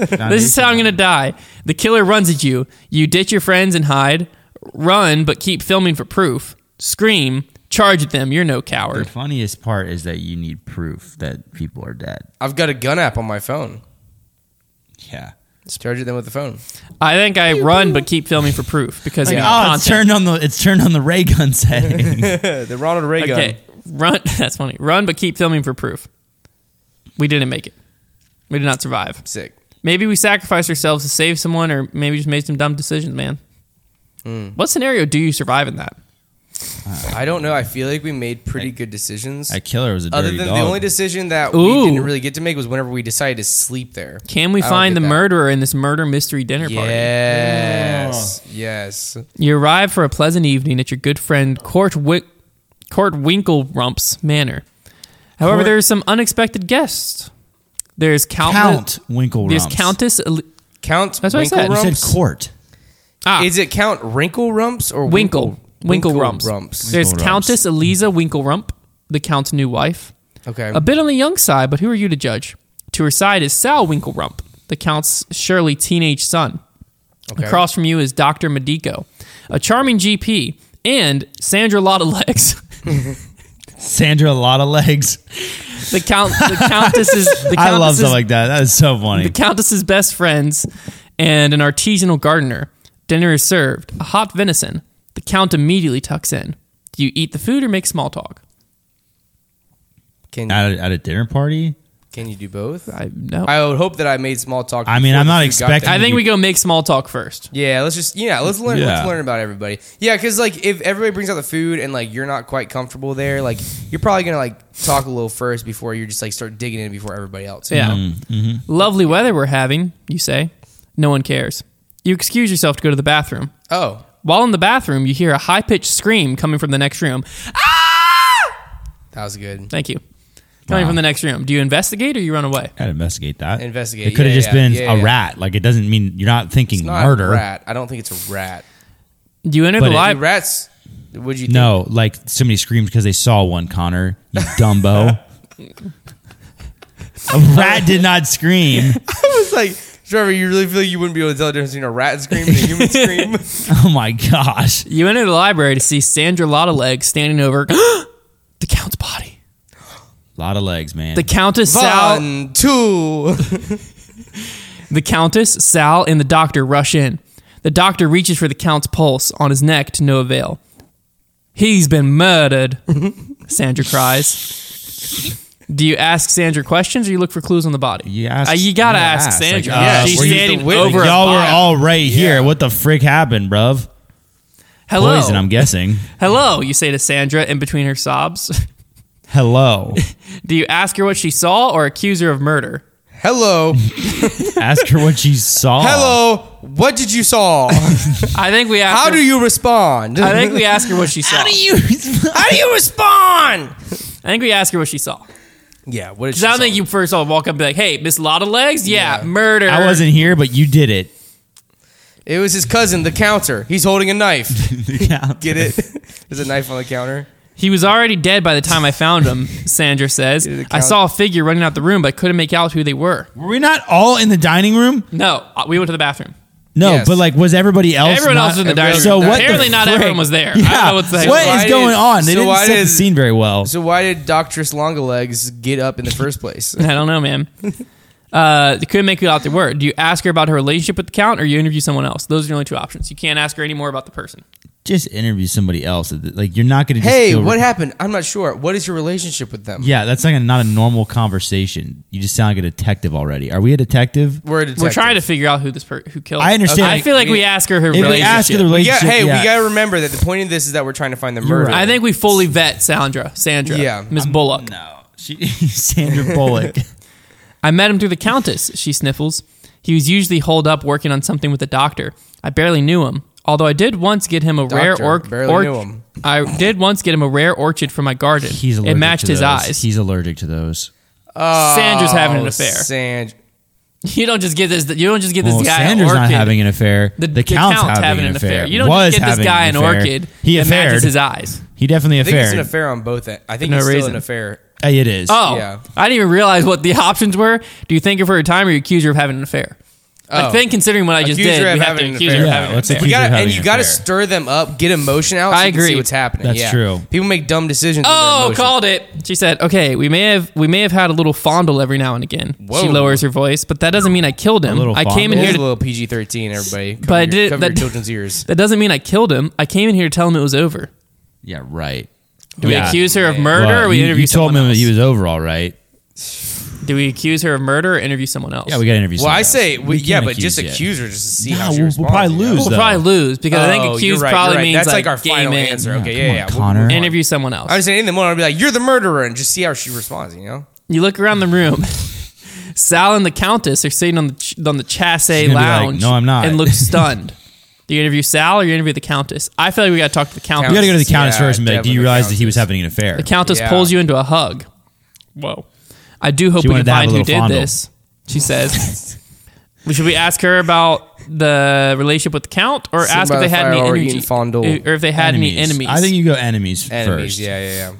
C: this.
D: Not
A: This is
D: an
A: how I'm going to die. The killer runs at you. You ditch your friends and hide. Run, but keep filming for proof. Scream. Charge at them. You're no
D: issue.
A: coward.
D: The funniest part is that you need proof that people are dead.
C: I've got a gun app on my phone.
D: Yeah.
C: Charge it them with the phone.
A: I think I run, but keep filming for proof because of
D: oh, it's
A: content.
D: turned on the it's turned on the ray gun setting.
C: The Ronald Reagan.
A: Okay, run. That's funny. Run, but keep filming for proof. We didn't make it. We did not survive.
C: Sick.
A: Maybe we sacrificed ourselves to save someone, or maybe just made some dumb decisions, man.
C: Hmm.
A: What scenario do you survive in that?
C: I don't know. I feel like we made pretty good decisions.
D: that killer was a dirty
C: Other than
D: dog.
C: the only decision that
A: Ooh.
C: we didn't really get to make was whenever we decided to sleep there.
A: Can we
C: I don't
A: find the
C: get that.
A: murderer in this murder mystery dinner party?
C: Yes. Yes.
A: You arrive for a pleasant evening at your good friend Court, Wi- Court Winklerump's manor. However,
D: Court-
A: there are some unexpected guests. There's Count.
D: Count Winkle.
A: There's Countess. Eli-
C: Count
A: That's what I
C: Winkle
A: said. You
D: You
C: Rumps.
D: said court.
A: Ah,
C: Is it Count Wrinkle Rumps or
A: Winkle. Winkle,
C: Winkle
A: Rumps.
C: Rumps.
A: There's
D: Winkle Rumps.
A: Countess Eliza Winkle Rump, the Count's new wife.
C: Okay.
A: A bit on the young side, but who are you to judge? To her side is Sal Winkelrump, the Count's Shirley teenage son.
C: Okay.
A: Across from you is Dr. Medico, a charming GP, and Sandra Lottalegs.
D: Sandra, a lot of legs.
A: the count the countess's the countess's,
D: I love stuff like that. That is so funny.
A: the countess's best friends and an artisanal gardener. Dinner is served, a hot venison. The count immediately tucks in. Do you eat the food or make small talk?
C: Can
D: At a, at a dinner party,
C: can you do both?
A: I no. I,
C: I would hope that I made small talk.
D: I mean,
C: before
D: I'm
C: the
D: not
C: food got
D: expecting-
C: there.
A: think we go make small talk first.
C: Yeah, let's just yeah, let's learn
D: Yeah.
C: let's learn about everybody. Yeah, because like if everybody brings out the food and like you're not quite comfortable there, like you're probably gonna like talk a little first before you just like start digging in before everybody else.
A: Yeah.
D: Mm-hmm.
A: Lovely weather we're having, you say. No one cares. You excuse yourself to go to the bathroom.
C: Oh,
A: While in the bathroom, you hear a high pitched scream coming from the next room.
C: that was good.
A: Thank you. Coming
D: Wow.
A: from the next room. Do you investigate or you run away?
D: gotta investigate that.
C: Investigate,
D: It could have
C: yeah,
D: just
C: yeah,
D: been
C: yeah,
D: a
C: yeah.
D: rat. Like it doesn't mean you're not thinking
C: It's not
D: murder.
C: a rat. I don't think it's a rat.
A: Do you enter
D: But
A: the
D: it-
C: I,
A: library?
C: rats. Would you?
D: No, like somebody screamed because they saw one. Connor, you Dumbo. a rat did not scream.
C: think? I was like, Trevor, you really feel like you wouldn't be able to tell the difference between a rat scream and a human scream?
D: Oh my gosh.
A: You enter the library to see Sandra Lottalegs standing over the Count's body.
D: A lot of legs, man.
A: The Countess Sal,
C: One, two.
A: the Countess Sal, and the doctor rush in. The doctor reaches for the Count's pulse on his neck to no avail. He's been murdered. Sandra cries. Do you ask Sandra questions or you look for clues on the body?
D: You ask-
A: Uh, you gotta
D: you
A: ask,
D: ask,
A: Sandra.
D: like, uh,
A: She's
D: were you the
A: standing
C: witness?
A: over. a
D: Y'all were
A: body.
D: all right here.
C: Yeah.
D: What the frick happened, bruv?
A: Hello,
D: Poison, I'm guessing.
A: hello. You say to Sandra in between her sobs.
D: Hello.
A: Do you ask her what she saw or accuse her of murder?
C: Hello,
D: Ask her what she saw.
C: hello. What did you saw?
A: I think we asked.
C: How
A: her,
C: do you respond?
A: I think we asked her what she saw.
C: you? How do you respond?
A: I think we asked her what she saw.
C: Yeah, what is?
A: Because I don't think you first all walk up and be like, "Hey, Miss Lotta Legs, yeah,
C: Yeah.
A: murder."
D: I wasn't here, but you did it.
C: It was his cousin, the counter. He's holding a knife.
D: yeah.
C: Get it? There's a knife on the counter.
A: He was already dead by the time I found him. Sandra says,
C: Did it
A: "I
C: count?
A: saw a figure running out the room, but I couldn't make out who they were."
D: Were we not all in the dining room?
A: No, uh, we went to the bathroom.
D: No,
C: Yes.
D: but like, was everybody else?
A: Everyone
D: not-
A: else was in the
C: everyone
A: dining room.
C: was in the
A: Apparently,
D: the
A: not
D: frick?
A: everyone was there. I don't
D: Yeah.
A: know what's the heck
D: What
A: going
D: is
A: on.
C: did-
D: going on? They
C: so
D: didn't
C: why
D: set the
C: did-
D: scene very well.
C: So why did Doctress Longalegs get up in the first place?
A: I don't know, man. Uh, couldn't make out the word. Do you ask her about her relationship with the count, or you interview someone else? Those are the only two options. You can't ask her any more about the person.
D: just interview somebody else. Like, you're not going to.
C: Hey,
D: feel
C: what happened? I'm not sure. What is your relationship with them?
D: Yeah, that's like a, not a normal conversation. You just sound like a detective already. Are we a detective?
C: We're a detective.
A: We're trying to figure out who this per- who killed.
D: I
A: her.
D: understand.
A: I feel like we ask her her
D: If we
A: relationship.
D: ask her the
C: Yeah,
D: relationship,
C: hey,
D: yeah.
C: we gotta remember that the point of this is that we're trying to find the murderer.
D: right.
A: I think we fully vet Sandra. Sandra.
C: Yeah.
A: Miss Bullock.
D: No, she Sandra Bullock.
A: I met him through the Countess. She sniffles. He was usually holed up working on something with the doctor. I barely knew him. Although I did once get him a rare
C: Doctor,
A: orc-
C: barely
A: orch-
C: knew him.
A: I did once get him a rare orchid from my garden.
D: He's allergic
A: it matched
D: to
A: his
D: those.
A: eyes.
D: He's allergic to those.
A: Sandra's having an
C: Oh,
A: affair.
C: Sand-
A: You don't just get this. You don't just get this
D: Well,
A: guy
D: Sandra's
A: an orchid.
D: not having an affair.
A: the,
D: The, count's, having, an
A: affair.
D: affair.
A: You don't
D: Was
A: just get
D: having
A: this guy an
D: affair.
A: orchid.
D: He
A: that matches
D: affaired.
A: his eyes.
D: He definitely
C: I think it's an
D: affaired.
C: affair on both. en- I think
A: no
C: it's still
A: reason.
C: an affair.
D: Hey, it is.
A: Oh,
C: Yeah.
A: I didn't even realize what the options were. Do you thank her for her time, or you accuse her of having an affair? I
C: Oh.
A: think considering what I just
C: Accuse
A: did,
C: her of
A: we have
C: having
A: to
C: an
A: accuse her
C: affair.
A: of
D: Yeah,
A: having an
D: let's
A: affair.
D: accuse-
C: You
D: Accused of
C: gotta
D: having
C: and
D: an
C: you gotta
D: affair.
C: stir them up, get emotion out. So
A: I
C: you can
A: agree.
C: see what's happening.
D: That's
C: yeah.
D: true.
C: People make dumb decisions. with their
A: Oh,
C: emotions.
A: called it. She said, "Okay, we may have we may have had a little fondle every now and again." She
C: Whoa.
A: lowers her voice, but that doesn't mean I killed him.
D: little
A: I came in
C: It
A: here
C: is
A: to
C: a little PG thirteen. Everybody, cover
A: But I
C: your,
A: did-
C: cover
A: that-
C: your children's ears.
A: That doesn't mean I killed him. I came in here to tell him it was over.
D: Yeah, right.
A: Do we
D: Yeah.
A: accuse her of murder
D: Well,
A: or we
D: you,
A: interview
D: you told
A: someone
D: me
A: else?
D: he was over, all right.
A: Do we accuse her of murder or interview someone else?
D: Yeah, we got to interview.
C: Well,
D: somebody
C: I
D: else.
C: say, we, yeah,
D: can't
C: but just
D: yet.
C: accuse her just to see
D: No,
C: how she
D: we'll- we'll
C: responds.
D: probably
C: you know?
D: lose.
A: will
D: though.
A: probably lose because I
C: Oh,
A: think
C: you're
A: accuse
C: right, you're
A: probably
C: right.
A: means
C: that's like,
A: like
C: our
A: game
C: final
A: in.
C: answer.
D: Yeah,
C: okay,
D: come
C: yeah,
D: on,
C: yeah. We'll-
D: Connor.
A: Interview someone else.
C: I was saying in the morning, I'd be like, "You're the murderer," and just see how she responds. You know,
A: You look around the room. Sal and the Countess are sitting on the ch- on the chasse
D: be like,
A: lounge.
D: "No, I'm not."
A: And look stunned. Do you interview Sal or you interview the Countess? I feel like we got to talk to the Countess.
D: You got to go to the countess
C: Yeah,
D: first and be like, "Do
C: definitely
D: you
C: the
D: realize that he
C: countess.
D: was having an affair?"
A: the Countess
C: Yeah.
A: pulls you into a hug. Whoa. I do hope
D: She
A: we
D: wanted
A: can
D: to have
A: find
D: a
A: who
D: little
A: did
D: fondle.
A: this. She says. Well, Should we ask her about the relationship with the Count, or
C: Sitting
A: ask
C: by
A: if they
C: the
A: had
C: fire
A: any
C: while we're
A: energy,
C: eating fondue.
A: or if they had any enemies?
D: I think you go enemies,
C: enemies.
D: first.
C: Yeah, yeah,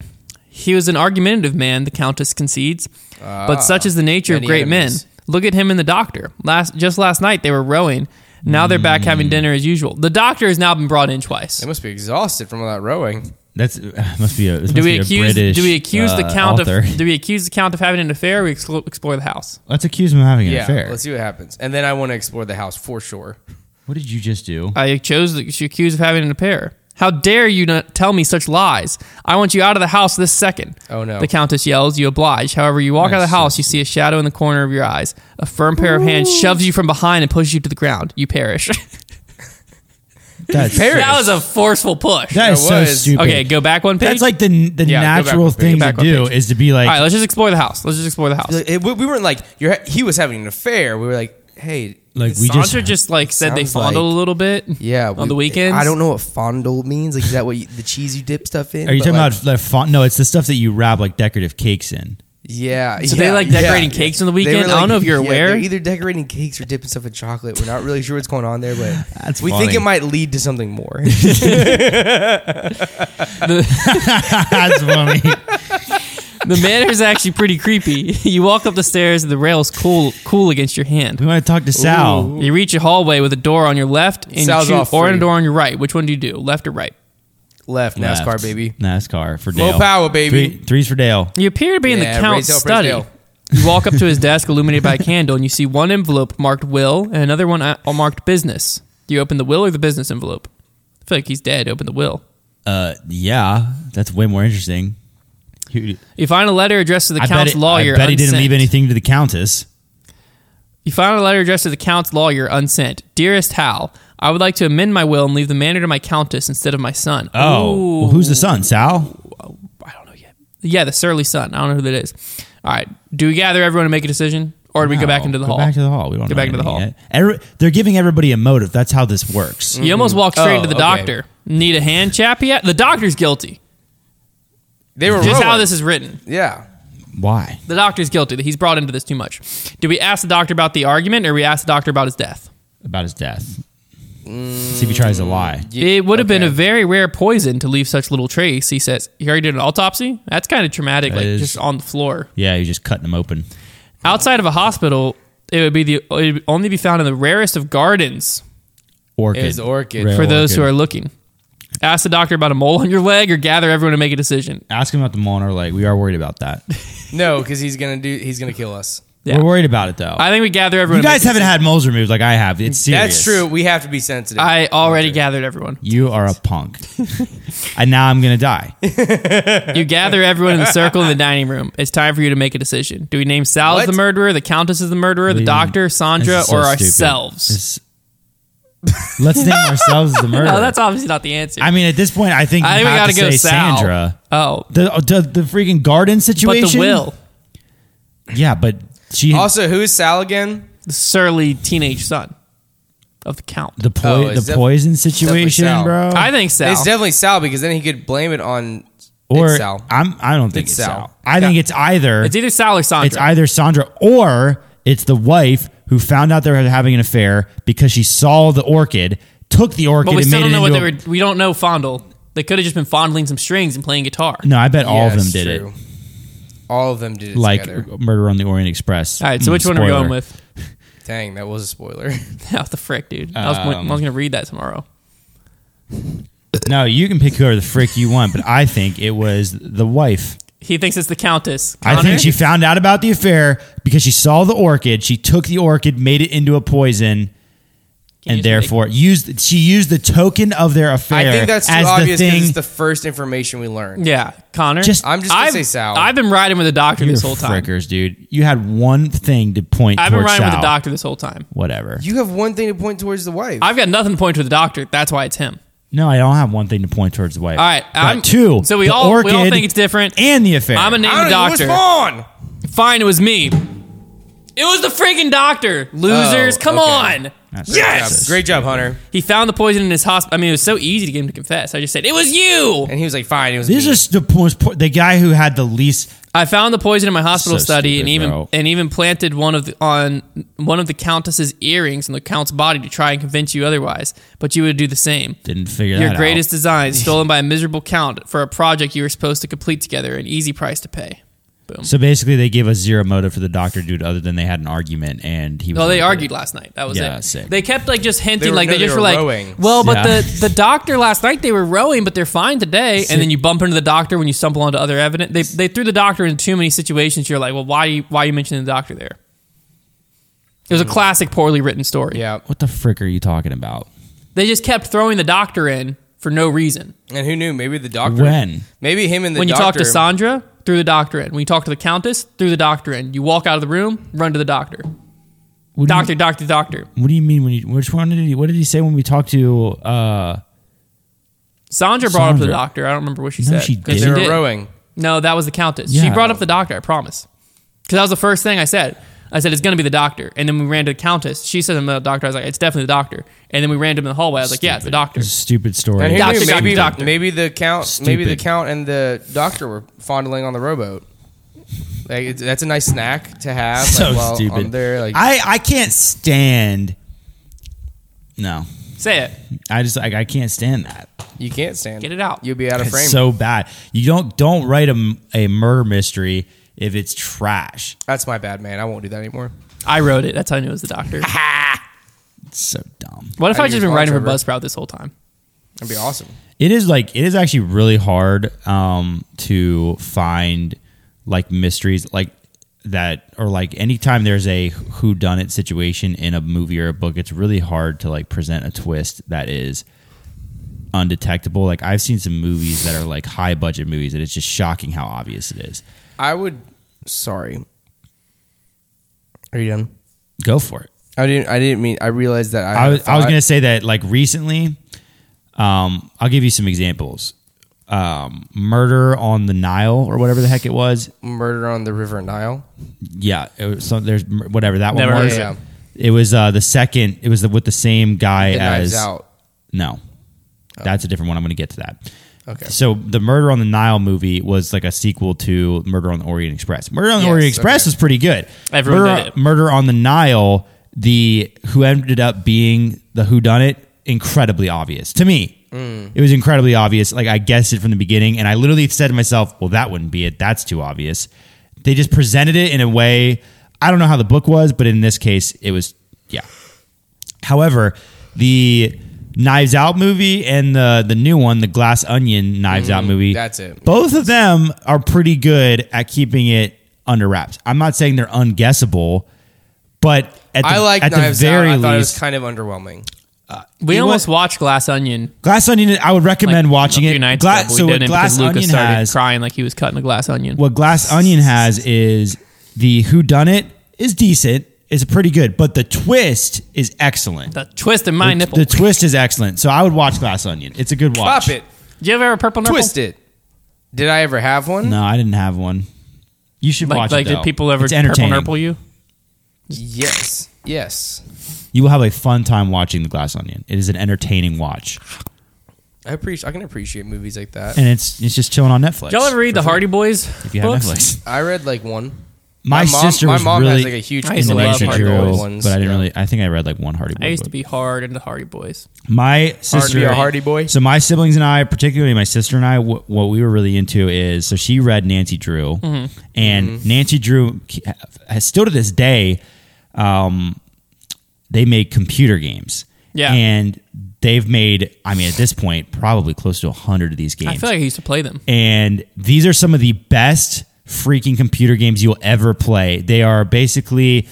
C: yeah.
A: He was an argumentative man, the countess concedes. but such is the nature of
C: Ah, many
A: great
C: enemies.
A: men. Look at him and the doctor. Last just last night they were rowing. Now they're back having dinner as usual. The doctor has now been brought in twice.
C: They must be exhausted from all that rowing.
D: That's uh, must be a this
A: Do
D: must
A: we
D: be a
A: accuse
D: British,
A: do we accuse the
D: uh,
A: count
D: author.
A: of do we accuse the count of having an affair or we exclo- explore the house?
D: Let's accuse him of having an
C: yeah,
D: affair.
C: let's see what happens. And then I want to explore the house for sure.
D: What did you just do?
A: I chose the she accused of having an affair. How dare you not tell me such lies? I want you out of the house this second.
C: Oh, no.
A: The countess yells, you oblige. However, you walk out of the house, you see a shadow in the corner of your eyes. A firm pair of hands shoves you from behind and pushes you to the ground. You perish.
D: That's
C: Paris.
A: that was a forceful push.
D: that is
C: That
D: so
C: was-
D: stupid.
A: Okay, go back one page.
D: That's like the the
C: Yeah, go back
D: natural
C: one page,
D: thing
A: go
D: to
A: back one
D: do
A: page.
D: is to be like,
A: All right, let's just explore the house. Let's just explore the house.
C: Like, it- we we weren't like you're, he was having an affair. We were like, hey,
D: like we
A: Sandra
D: just,
A: just, like said they
C: sounds like-
A: fondled a little bit.
C: yeah,
A: on the weekends.
C: I don't know what fondle means. Like, is that what you, the cheese you dip stuff in?
D: Are you
C: But,
D: talking
C: like,
D: about like, font? No, it's the stuff that you wrap like decorative cakes in.
C: Yeah.
A: So
C: yeah,
A: they like
C: yeah,
A: decorating
C: yeah.
A: cakes on the
C: They were
A: weekend? I don't know if you're
C: yeah,
A: aware.
C: they're either decorating cakes or dipping stuff in chocolate. We're not really sure what's going on there, but
D: That's
C: we
D: funny.
C: think it might lead to something more.
D: That's funny.
A: The manner is actually pretty creepy. You walk up the stairs and the rails cool cool against your hand.
D: we want to talk to Sal.
A: You reach a hallway with a door on your left and
C: Sounds
A: you choose,
C: off
A: or a
C: free.
A: door on your right. Which one do you do? Left or right?
C: Left NASCAR,
D: Left.
C: baby.
D: NASCAR for Dale.
C: Low power, baby.
D: Three, threes for Dale.
A: You appear to be in
C: Yeah,
A: the
C: raise
A: count's
C: hell, praise
A: study.
C: hell.
A: You walk up to his desk illuminated by a candle and you see one envelope marked will and another one uh, marked business. Do you open the will or the business envelope? I feel like he's dead. Open the will.
D: Uh, yeah, that's way more interesting. He-
A: You find a letter addressed to the
D: I bet,
A: count's
D: it-
A: lawyer.
D: I bet he didn't
A: unsent.
D: leave anything to the Countess.
A: You found a letter addressed to the Count's lawyer, unsent. Dearest Hal, I would like to amend my will and leave the manor to my Countess instead of my son.
D: Oh, well, who's the son? Sal?
A: I don't know yet. Yeah, the surly son. I don't know who that is. All right. Do we gather everyone and make a decision? Or do we go back
D: No,
A: into the
D: go
A: hall?
D: Back to the hall. We don't
A: Go
D: know
A: back to the
D: anything
A: hall.
D: yet. Every- they're giving everybody a motive. That's how this works.
A: you almost walk straight
C: Oh,
A: into the
C: okay.
A: doctor. Need a hand, chap? Yeah. The doctor's guilty.
C: They were
A: Just
C: rowing.
A: how this is written.
C: Yeah.
D: Why?
A: The doctor's guilty. He's brought into this too much. Do we ask the doctor about the argument or we ask the doctor about his death?
D: About his death.
A: Mm.
D: See if he tries to lie.
A: It would have been
C: okay.
A: a very rare poison to leave such little trace. He says, "You already did an autopsy. That's kind of traumatic, like
D: is-
A: just on the floor.
D: Yeah, you're just cutting them open.
A: Outside of a hospital, it would be the it would only be found in the rarest of gardens
D: Orchid.
C: It's orchid.
D: Rare
A: for those who are
D: orchid.
A: looking. Ask the doctor about a mole on your leg, or gather everyone to make a decision.
D: Ask him about the mole on our leg. We are worried about that.
C: No, because he's gonna do. He's gonna kill us.
A: Yeah.
D: We're worried about it, though.
A: I think we gather everyone.
D: you
A: to
D: guys
A: make a
D: haven't had moles removed like I have. It's serious.
C: That's true. We have to be sensitive.
A: decision. I already gathered everyone.
D: You are a punk. and now I'm going to die.
A: You gather everyone in a circle in the dining room. It's time for you to make a decision. Do we name Sal as
C: What?
A: the murderer, the Countess as the murderer, the
D: We-
A: doctor, Sandra,
D: This is so
A: or
D: stupid.
A: ourselves?
D: This- let's name ourselves as the murderer.
A: Oh, that's obviously not the answer.
D: I mean, at this point, I think
A: I
D: you
A: think we
D: have
A: gotta
D: to
A: go
D: say
A: Sal.
D: Sandra.
A: Oh,
D: The, uh, the the freaking garden
A: but
D: situation.
A: the will,
D: Yeah, but she
C: also, who is Sal again?
A: the surly teenage son of the count.
D: the
C: Oh,
D: poi-
C: it's
D: the
C: def-
D: poison
C: definitely
D: situation,
C: Sal.
D: bro.
A: I think Sal.
C: It's definitely Sal because then he could blame it on
D: or
C: it's Sal.
D: I'm I don't think
C: It's
D: it's,
C: Sal.
D: Sal. I think it's either
A: it's
D: it's,
A: either Sal or Sandra.
D: either Sandra or it's the wife who found out they were having an affair because she saw the orchid, took the orchid,
A: but we
D: and
A: still
D: made
A: don't
D: it
A: know what
D: into
A: they
D: a-
A: were. We don't know fondle. They could have just been fondling some strings and playing guitar.
D: No, I bet all of them
C: Yes,
D: did
C: true.
D: it.
C: All of them did it
D: Like
C: together.
D: Murder on the Orient Express.
A: All right, so
D: Mm,
A: which one are we
D: spoiler.
A: going with?
C: Dang, that was a spoiler.
A: What the frick, dude? I was, I was
D: Um,
A: going to read that tomorrow.
D: No, you can pick whoever the frick you want, but I think it was the wife.
A: He thinks it's the Countess.
D: I
A: Connor?
D: think she found out about the affair because she saw the orchid. She took the orchid, made it into a poison,
A: you just
D: and
A: make-
D: therefore used. She used the token of their affair.
C: I think that's too
D: as
C: obvious
D: the
C: because
D: thing.
C: it's the first information we learned.
A: Yeah, Connor.
D: Just-
C: I'm just gonna
A: I've-
C: say Sal.
A: I've been riding with the doctor
D: You're
A: this whole time.
D: frickers, dude. You had one thing to point.
A: I've been
D: towards
A: riding with
D: Sal.
A: the doctor this whole time.
D: Whatever.
C: You have one thing to point towards the wife.
A: I've got nothing to point to the doctor. That's why it's him.
D: no, I don't have one thing to point towards the wife.
A: All right,
D: Got
A: I'm-
D: two.
A: So we
D: the
A: all we all
D: orchid
A: think it's different.
D: and the affair.
A: I'm gonna name the
C: I don't know what's
A: doctor.
C: wrong.
A: Fine, it was me. It was the freaking doctor. Losers,
C: Oh,
A: come
C: okay.
A: on.
D: That's
A: yes.
D: racist.
C: Great job, Hunter.
A: He found the poison in his hospital. I mean, it was so easy to get him to confess. I just said, "It was you."
C: And he was like, "Fine, it was."
D: This
C: me."
D: is the most po- the guy who had the least.
A: I found the poison in my hospital
D: So
A: study, and
D: stupid,
A: even
D: bro.
A: and even planted one of the, on one of the countess's earrings in the count's body to try and convince you otherwise. But you would do the same.
D: Didn't figure
A: Your
D: that
A: greatest design stolen by a miserable count for a project you were supposed to complete together, an easy price to pay.
D: out. So basically, they gave us zero motive for the doctor dude, other than they had an argument and he. was
A: Well, they
D: like,
A: argued last night. That was
D: Yeah,
A: it.
D: sick.
A: They kept like just hinting,
C: They were-
A: like
C: no,
A: they
C: they
A: just
C: were
A: were like,
C: rowing.
A: "Well, but
D: Yeah.
A: the the doctor last night they were rowing, but they're fine today." And then you bump into the doctor when you stumble onto other evidence. They they threw the doctor in too many situations. You're like, "Well, why you, why are you mentioning the doctor there?" It was a classic poorly written story.
C: Yeah,
D: What the frick are you talking about?
A: They just kept throwing the doctor in for no reason.
C: and who knew? Maybe the doctor.
D: When?
C: Maybe him and the
A: when you
C: doctor.
A: talk to Sandra, threw the doctor in. When you talk to the countess, threw the doctor in. You walk out of the room, run to the doctor.
D: What do you-
A: Doctor, doctor, doctor.
D: What do you mean when you? Which one did he? What did he say when we talked to? uh
A: Sandra brought up
D: Sandra.
A: the doctor. I don't remember what she
D: No,
A: said.
D: she
A: 'Cause
D: didn't.
C: they were
A: did.
C: rowing.
A: No, that was the countess. She
D: Yeah.
A: brought up the doctor, I promise. Because that was the first thing I said. I said, it's going to be the doctor. And then we ran to the countess. She said, I'm the doctor. I was like, it's definitely the doctor. And then we ran to him in the hallway. I was like, yeah, it's the doctor.
D: Stupid story.
C: And who
A: Doctor,
C: knew?
A: doctor,
C: Maybe,
A: doctor.
C: maybe the count. Maybe the
D: Stupid.
C: count and the doctor were fondling on the rowboat. Like it's, that's a nice snack to have.
D: so
C: like, while
D: stupid.
C: On there, like
D: I I can't stand. No,
A: Say it.
D: I just like I can't stand that.
C: you can't stand.
A: Get it out.
C: You'll be out of
D: It's
C: frame.
D: so bad. You don't don't write a, m- a murder mystery if it's trash.
C: that's my bad, man. I won't do that anymore.
A: I wrote it. That's how I knew it was the doctor.
D: It's so dumb.
A: What if
C: I
A: I,
C: think
A: just
C: you're
A: been
C: wrong,
A: writing for
C: Trevor.
A: Buzzsprout this whole time?
C: That'd be awesome.
D: It is like it is actually really hard um, to find like mysteries like that or like anytime there's a who done it situation in a movie or a book it's really hard to like present a twist that is undetectable like i've seen some movies that are like high budget movies and it's just shocking how obvious it is
C: I would. Sorry. Are you done?
D: go for it
C: I didn't. I didn't mean. I realized that I.
D: I
C: had
D: was,
C: a
D: I was
C: thought.
D: going to say that like recently, um, I'll give you some examples. Um, murder on the Nile or whatever the heck it was.
C: murder on the River Nile.
D: Yeah, it was some, there's mur- whatever that
A: Never
D: one
A: heard
D: was.
A: of
C: it.
D: It was uh, the second. It was the, with the same guy
C: The
D: as
C: Knives Out.
D: no, that's a different one. I'm going to get to that.
C: Oh. Okay.
D: So the Murder on the Nile movie was like a sequel to Murder on the Orient Express. Murder on the
C: Yes,
D: Orient Express
C: okay.
D: was pretty good.
A: Everyone
D: Murder,
A: did it.
D: Murder on the Nile, the who ended up being the who done it, incredibly obvious to me.
C: Mm.
D: It was incredibly obvious. Like I guessed it from the beginning, and I literally said to myself, "Well, that wouldn't be it. That's too obvious." They just presented it in a way. I don't know how the book was, but in this case, it was yeah. However, the Knives Out movie and the the new one, the Glass Onion Knives Out movie,
C: Mm, that's it.
D: Both of them are pretty good at keeping it under wraps. I'm not saying they're unguessable, but at the,
C: I like
D: at the
C: Knives
D: very
C: Out. I thought it was
D: least,
C: kind of underwhelming.
A: We
D: It
A: almost
D: was-
A: watched Glass Onion.
D: Glass Onion. I would recommend
A: like,
D: watching
A: a few
D: it.
A: nights
D: Gla-
A: ago, but
D: so
A: we
D: what
A: didn't
D: Glass
A: because Lucas
D: Onion
A: started
D: has,
A: crying like he was cutting a glass onion.
D: what Glass Onion has is the Who Done It is decent. Is pretty good, but the twist is excellent.
A: The twist in my
D: the,
A: nipple.
D: the twist is excellent. So I would watch Glass Onion. It's a good watch.
C: Pop it.
A: Did you ever have a purple nipple?
C: Twist it. Did I ever have one?
D: No, I didn't have one. You should
A: Like,
D: watch
A: like
D: it. Though.
A: did people ever
D: It's
A: purple
D: entertaining.
A: nipple you?
C: Yes. Yes.
D: You will have a fun time watching The Glass Onion. It is an entertaining watch,
C: I appreciate. I can appreciate movies like that.
D: and it's it's just chilling on Netflix.
A: Did y'all ever read the Hardy Boys?
D: If you have
A: books?
D: Netflix,
C: I read like one.
D: my,
C: mom-
D: sister
C: my
D: was
C: mom has,
D: really
C: like, a huge
D: into
A: I used to love
D: Ninja
A: Hardy Boy
D: Turtles,
C: ones,
D: but I didn't
C: yeah.
D: really. I think I read like one Hardy Boy.
A: I used to
D: book.
A: be hard into Hardy Boys.
D: My sister,
C: Be a Hardy Boy?
D: So my siblings and I, particularly my sister and I, wh- what we were really into is so she read Nancy Drew,
C: Mm-hmm.
D: and Nancy Drew has still to this day. Um, they make computer games,
A: Yeah.
D: and they've made. I mean, at this point, probably close to hundred of these
A: I
D: games,
A: feel like I used to play them.
D: and these are some of the best freaking computer games you'll ever play. They are basically,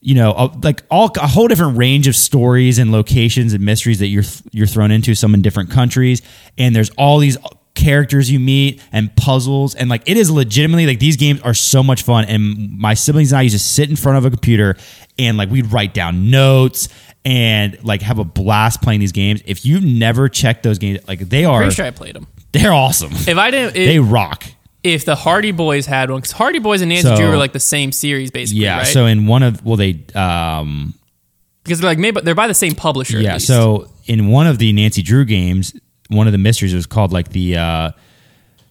D: you know, a, like all a whole different range of stories and locations and mysteries that you're you're thrown into. Some in different countries, and there's all these characters you meet and puzzles and like it is legitimately like these games are so much fun and my siblings and I used to sit in front of a computer and like we'd write down notes and like have a blast playing these games if you've never checked those games like they are
A: Pretty sure I played them.
D: they're awesome
A: If I didn't, if,
D: they rock
A: if the Hardy Boys had one, because Hardy Boys and Nancy
D: So-
A: Drew were like the same series basically,
D: Yeah.
A: right?
D: So in one of well they um
A: because they're like made, but they're by the same publisher. at
D: yeah.
A: least.
D: So in one of the Nancy Drew games, one of the mysteries was called like the uh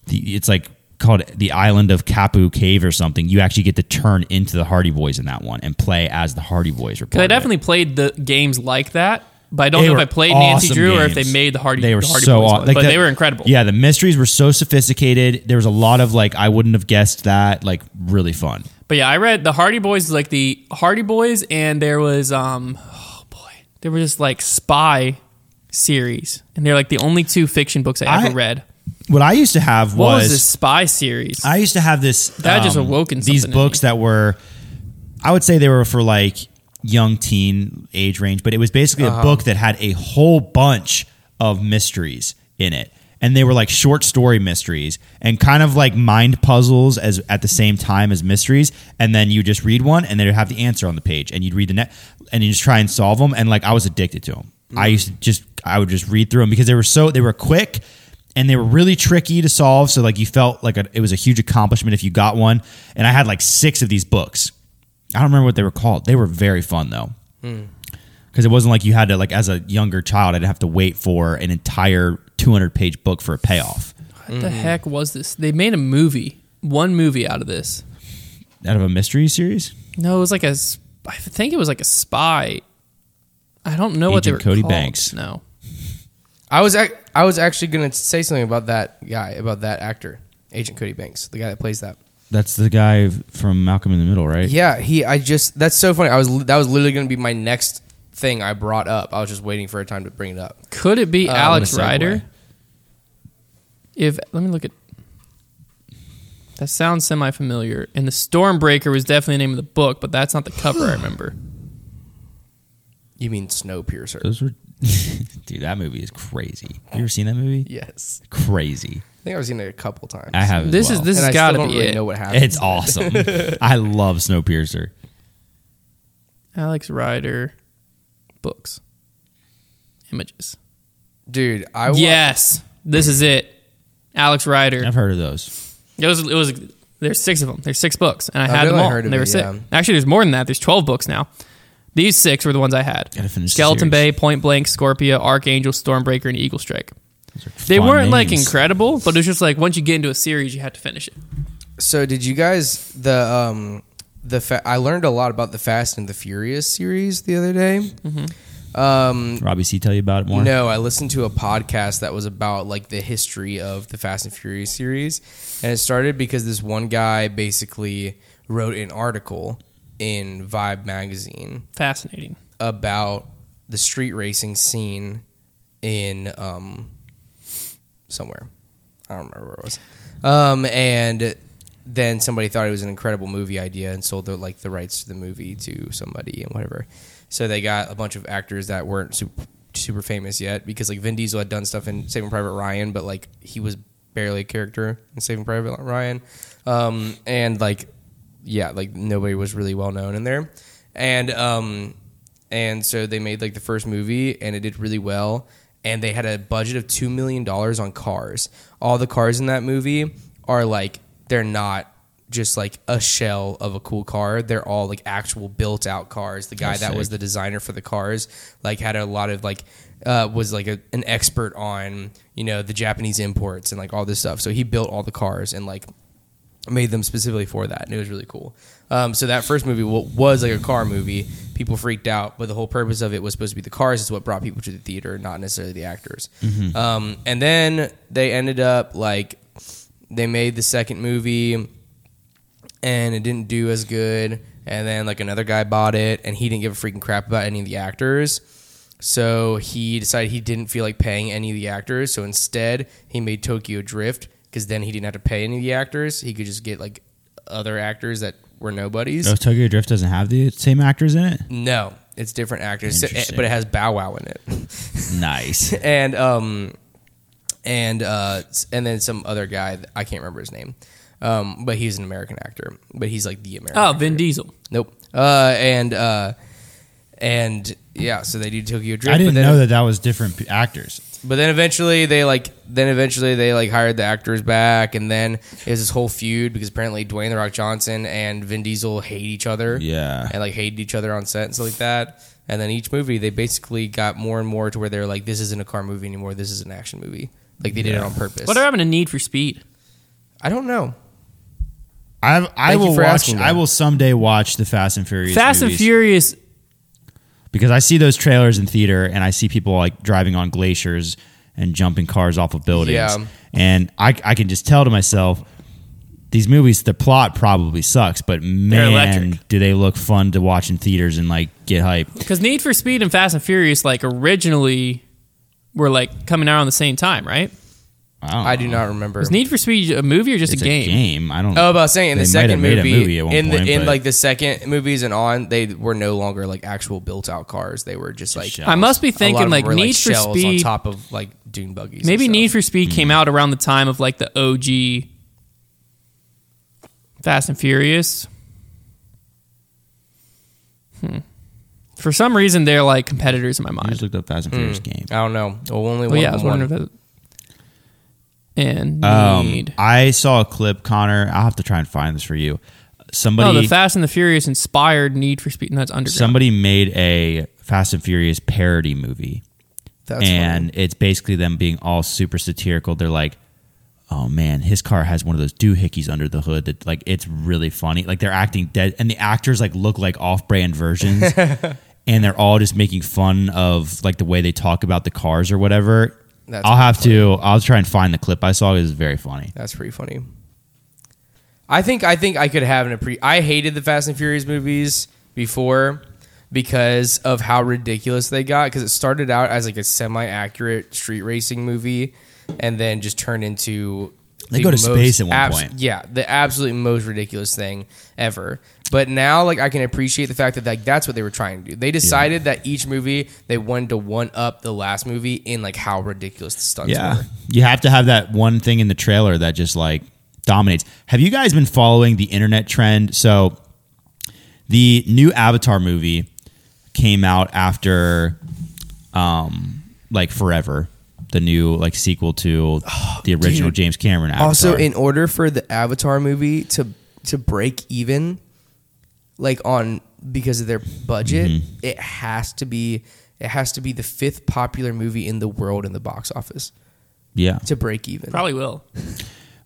D: the it's like called the Island of Kapu Cave or something. You actually get to turn into the Hardy Boys in that one and play as the Hardy Boys. were
A: But
D: part
A: I
D: of it.
A: definitely played the games like that, but I don't
D: They
A: know if
D: were
A: I played Nancy
D: awesome
A: Drew or if
D: games.
A: they made the Hardy.
D: They were
A: the Hardy
D: so
A: Boys
D: aw-
A: one,
D: like
A: but
D: the-
A: they were incredible.
D: Yeah, the mysteries were so sophisticated. There was a lot of like I wouldn't have guessed that. Like really fun.
A: But yeah, I read the Hardy Boys is like the Hardy Boys, and there was um, oh boy, there was like spy series, and they're like the only two fiction books I ever
D: I-
A: read.
D: What I used to have
A: What was,
D: was,
A: this spy series?
D: I used to have this um,
A: That just awoken
D: these
A: something in
D: books that were I would say they were for like young teen age range, but it was basically a book that had a whole bunch of mysteries in it. And they were like short story mysteries and kind of like mind puzzles as at the same time as mysteries. And then you just read one and then you have the answer on the page and you'd read the next and you just try and solve them. And like I was addicted to them. I used to just I would just read through them because they were so they were quick and they were really tricky to solve. So like you felt like a, it was a huge accomplishment if you got one. And I had like six of these books. I don't remember what they were called. They were very fun though,
A: Hmm.
D: because it wasn't like you had to like as a younger child. I didn't have to wait for an entire 200 page book for a payoff
A: what
C: Mm-hmm.
A: the heck was this? They made a movie, one movie out of this.
D: out of a mystery series.
A: No, it was like a. s- I think it was like a spy. I don't know what they were.
D: Agent Cody
A: called.
D: Banks.
A: No,
C: I was ac- I was actually gonna say something about that guy, about that actor, Agent Cody Banks, the guy that plays that.
D: That's the guy from Malcolm in the Middle, right?
C: Yeah, he. I just. That's so funny. I was. li- That was literally gonna be my next thing I brought up. I was just waiting for a time to bring it up.
A: could it be
C: Uh,
A: Alex
C: what a segue.
A: Ryder? If let me look at. That sounds semi-familiar, and the Stormbreaker was definitely the name of the book, but that's not the cover I remember.
C: You mean Snowpiercer?
D: Those were, dude. That movie is crazy. You ever seen that movie?
C: Yes.
D: Crazy.
C: I think I've seen it a couple times.
D: I have. as
A: This is
D: well.
A: this
C: and I
A: has
C: still
A: got to
C: don't
A: be
C: really
A: it.
C: know what happened.
D: It's awesome. I love Snowpiercer.
A: Alex Ryder, books, images.
C: dude. I wa-
A: yes, this is it. Alex Ryder.
D: I've heard of those.
A: It was. It was. There's six of them. There's six books, and I,
C: I
A: had them
C: Oh, really
A: all.
C: heard of
A: and they
C: it,
A: were six.
C: yeah.
A: Actually, there's more than that. There's twelve books now. These six were the ones I had.
D: Gotta finish the
A: Skeleton Bay,
D: series.
A: Point Blank, Scorpia, Archangel, Stormbreaker, and Eagle Strike. They
D: Fun
A: weren't like
D: names.
A: incredible, but it was just like once you get into a series, you have to finish it.
C: So did you guys the um the fa- I learned a lot about the Fast and the Furious series the other day. Um,
D: Robbie C. Tell you about it more.
C: No, I listened to a podcast that was about like the history of the Fast and Furious series, and it started because this one guy basically wrote an article in Vibe magazine
A: Fascinating.
C: about the street racing scene in um somewhere. I don't remember where it was. Um and then somebody thought it was an incredible movie idea and sold the like the rights to the movie to somebody and whatever. So they got a bunch of actors that weren't super, super famous yet because like Vin Diesel had done stuff in Saving Private Ryan, but like he was barely a character in Saving Private Ryan. Um and like yeah, like nobody was really well known in there. And um and so they made like the first movie and it did really well and they had a budget of 2 million dollars on cars. All the cars in that movie are like they're not just like a shell of a cool car. They're all like actual built out cars. The guy
D: That's
C: that was
D: sick.
C: the designer for the cars like had a lot of like uh, was like a, an expert on you know the Japanese imports and like all this stuff. So he built all the cars and like made them specifically for that, and it was really cool. Um, so that first movie wa- was like a car movie. People freaked out, but the whole purpose of it was supposed to be the cars is what brought people to the theater, not necessarily the actors. Um, and then they ended up like they made the second movie and it didn't do as good. And then like another guy bought it, and he didn't give a freaking crap about any of the actors. So he decided he didn't feel like paying any of the actors. So instead, he made Tokyo Drift because then he didn't have to pay any of the actors. He could just get like other actors that were nobodies.
D: Oh, Tokyo Drift doesn't have the same actors in it.
C: No, it's different actors, so- eh,
D: Interesting.
C: but it has Bow Wow in it.
D: Nice.
C: and um and uh s- and then some other guy th- I can't remember his name. Um, but he's an American actor, but he's like the American.
A: Oh, Vin Diesel.
C: Nope. Uh, and uh, And yeah, so they do Tokyo Drift.
D: I didn't
C: but then,
D: know that that was different p- actors.
C: But then eventually they like then eventually they like hired the actors back, and then it was this whole feud because apparently Dwayne the Rock Johnson and Vin Diesel hate each other.
D: Yeah.
C: and like hated each other on set and stuff like that. And then each movie they basically got more and more to where they're like, this isn't a car movie anymore. This is an action movie. Like they did it on purpose.
A: What happened to Need for Speed?
C: I don't know.
D: I I
C: Thank you
D: will
C: for
D: watch.
C: asking that.
D: I will someday watch the Fast and Furious.
A: Fast and
D: movies.
A: Furious.
D: because I see those trailers in theater and I see people like driving on glaciers and jumping cars off of buildings.
C: Yeah.
D: And I, I can just tell to myself, these movies, the plot probably sucks, but man,
A: electric.
D: do they look fun to watch in theaters and like get hype.
A: Because Need for Speed and Fast and Furious, like originally, were like coming out on the same time, right?
D: Wow.
C: I do not remember.
A: Was Need for Speed a movie or just
D: It's
A: a game?
D: I don't.
C: Oh, about saying in the
D: They might have
C: second
D: made a
C: movie,
D: movie at one
C: in the
D: point,
C: in
D: but-
C: like the second movies and on, they were no longer like actual built out cars. They were just like
D: shell.
A: I must be
C: a lot
A: thinking
C: of
A: like
C: them were,
A: Need for
C: shells on
A: Speed.
C: top of like dune buggies. and
A: Maybe
C: stuff.
A: Need for Speed
D: Hmm.
A: came out around the time of like the OG Fast and Furious. Hmm. For some reason, they're like competitors in my
D: I just
A: mind.
D: looked up
C: Hmm.
D: Fast and Furious game.
C: I don't know. Well, only
A: Well,
C: one.
A: yeah, I was
C: one.
A: wondering if that. And
D: Um,
A: Need.
D: I saw a clip, Connor. I'll have to try and find this for you.
A: Oh,
D: Somebody,
A: the Fast and the Furious inspired Need for Speed. No, that's underground.
D: somebody made a Fast and Furious parody movie.
C: That's
D: and it's basically them being all super satirical. They're like, "Oh man, his car has one of those doohickeys under the hood that like it's really funny." Like they're acting dead, and the actors like look like off-brand versions, and they're all just making fun of like the way they talk about the cars or whatever.
C: That's
D: I'll have to. I'll try and find the clip I saw. It was very funny.
C: That's pretty funny. I think I think I could have an appre- I hated the Fast and Furious movies before because of how ridiculous they got because it started out as like a semi-accurate street racing movie and then just turned into
D: They
C: the
D: go to
C: most
D: space at one
C: abs-
D: point.
C: Yeah, the absolute most ridiculous thing ever. But now like I can appreciate the fact that like that's what they were trying to do. They decided that each movie they wanted to one up the last movie in like how ridiculous the stunts were.
D: you have to have that one thing in the trailer that just like dominates. Have you guys been following the internet trend? So the new Avatar movie came out after um like Forever, the new like sequel to the original
C: Oh, dude.
D: James Cameron Avatar.
C: Also, in order for the Avatar movie to to break even, like on because of their budget,
D: Mm-hmm.
C: it has to be it has to be the fifth popular movie in the world in the box office
D: yeah.
C: to break even.
A: Probably will.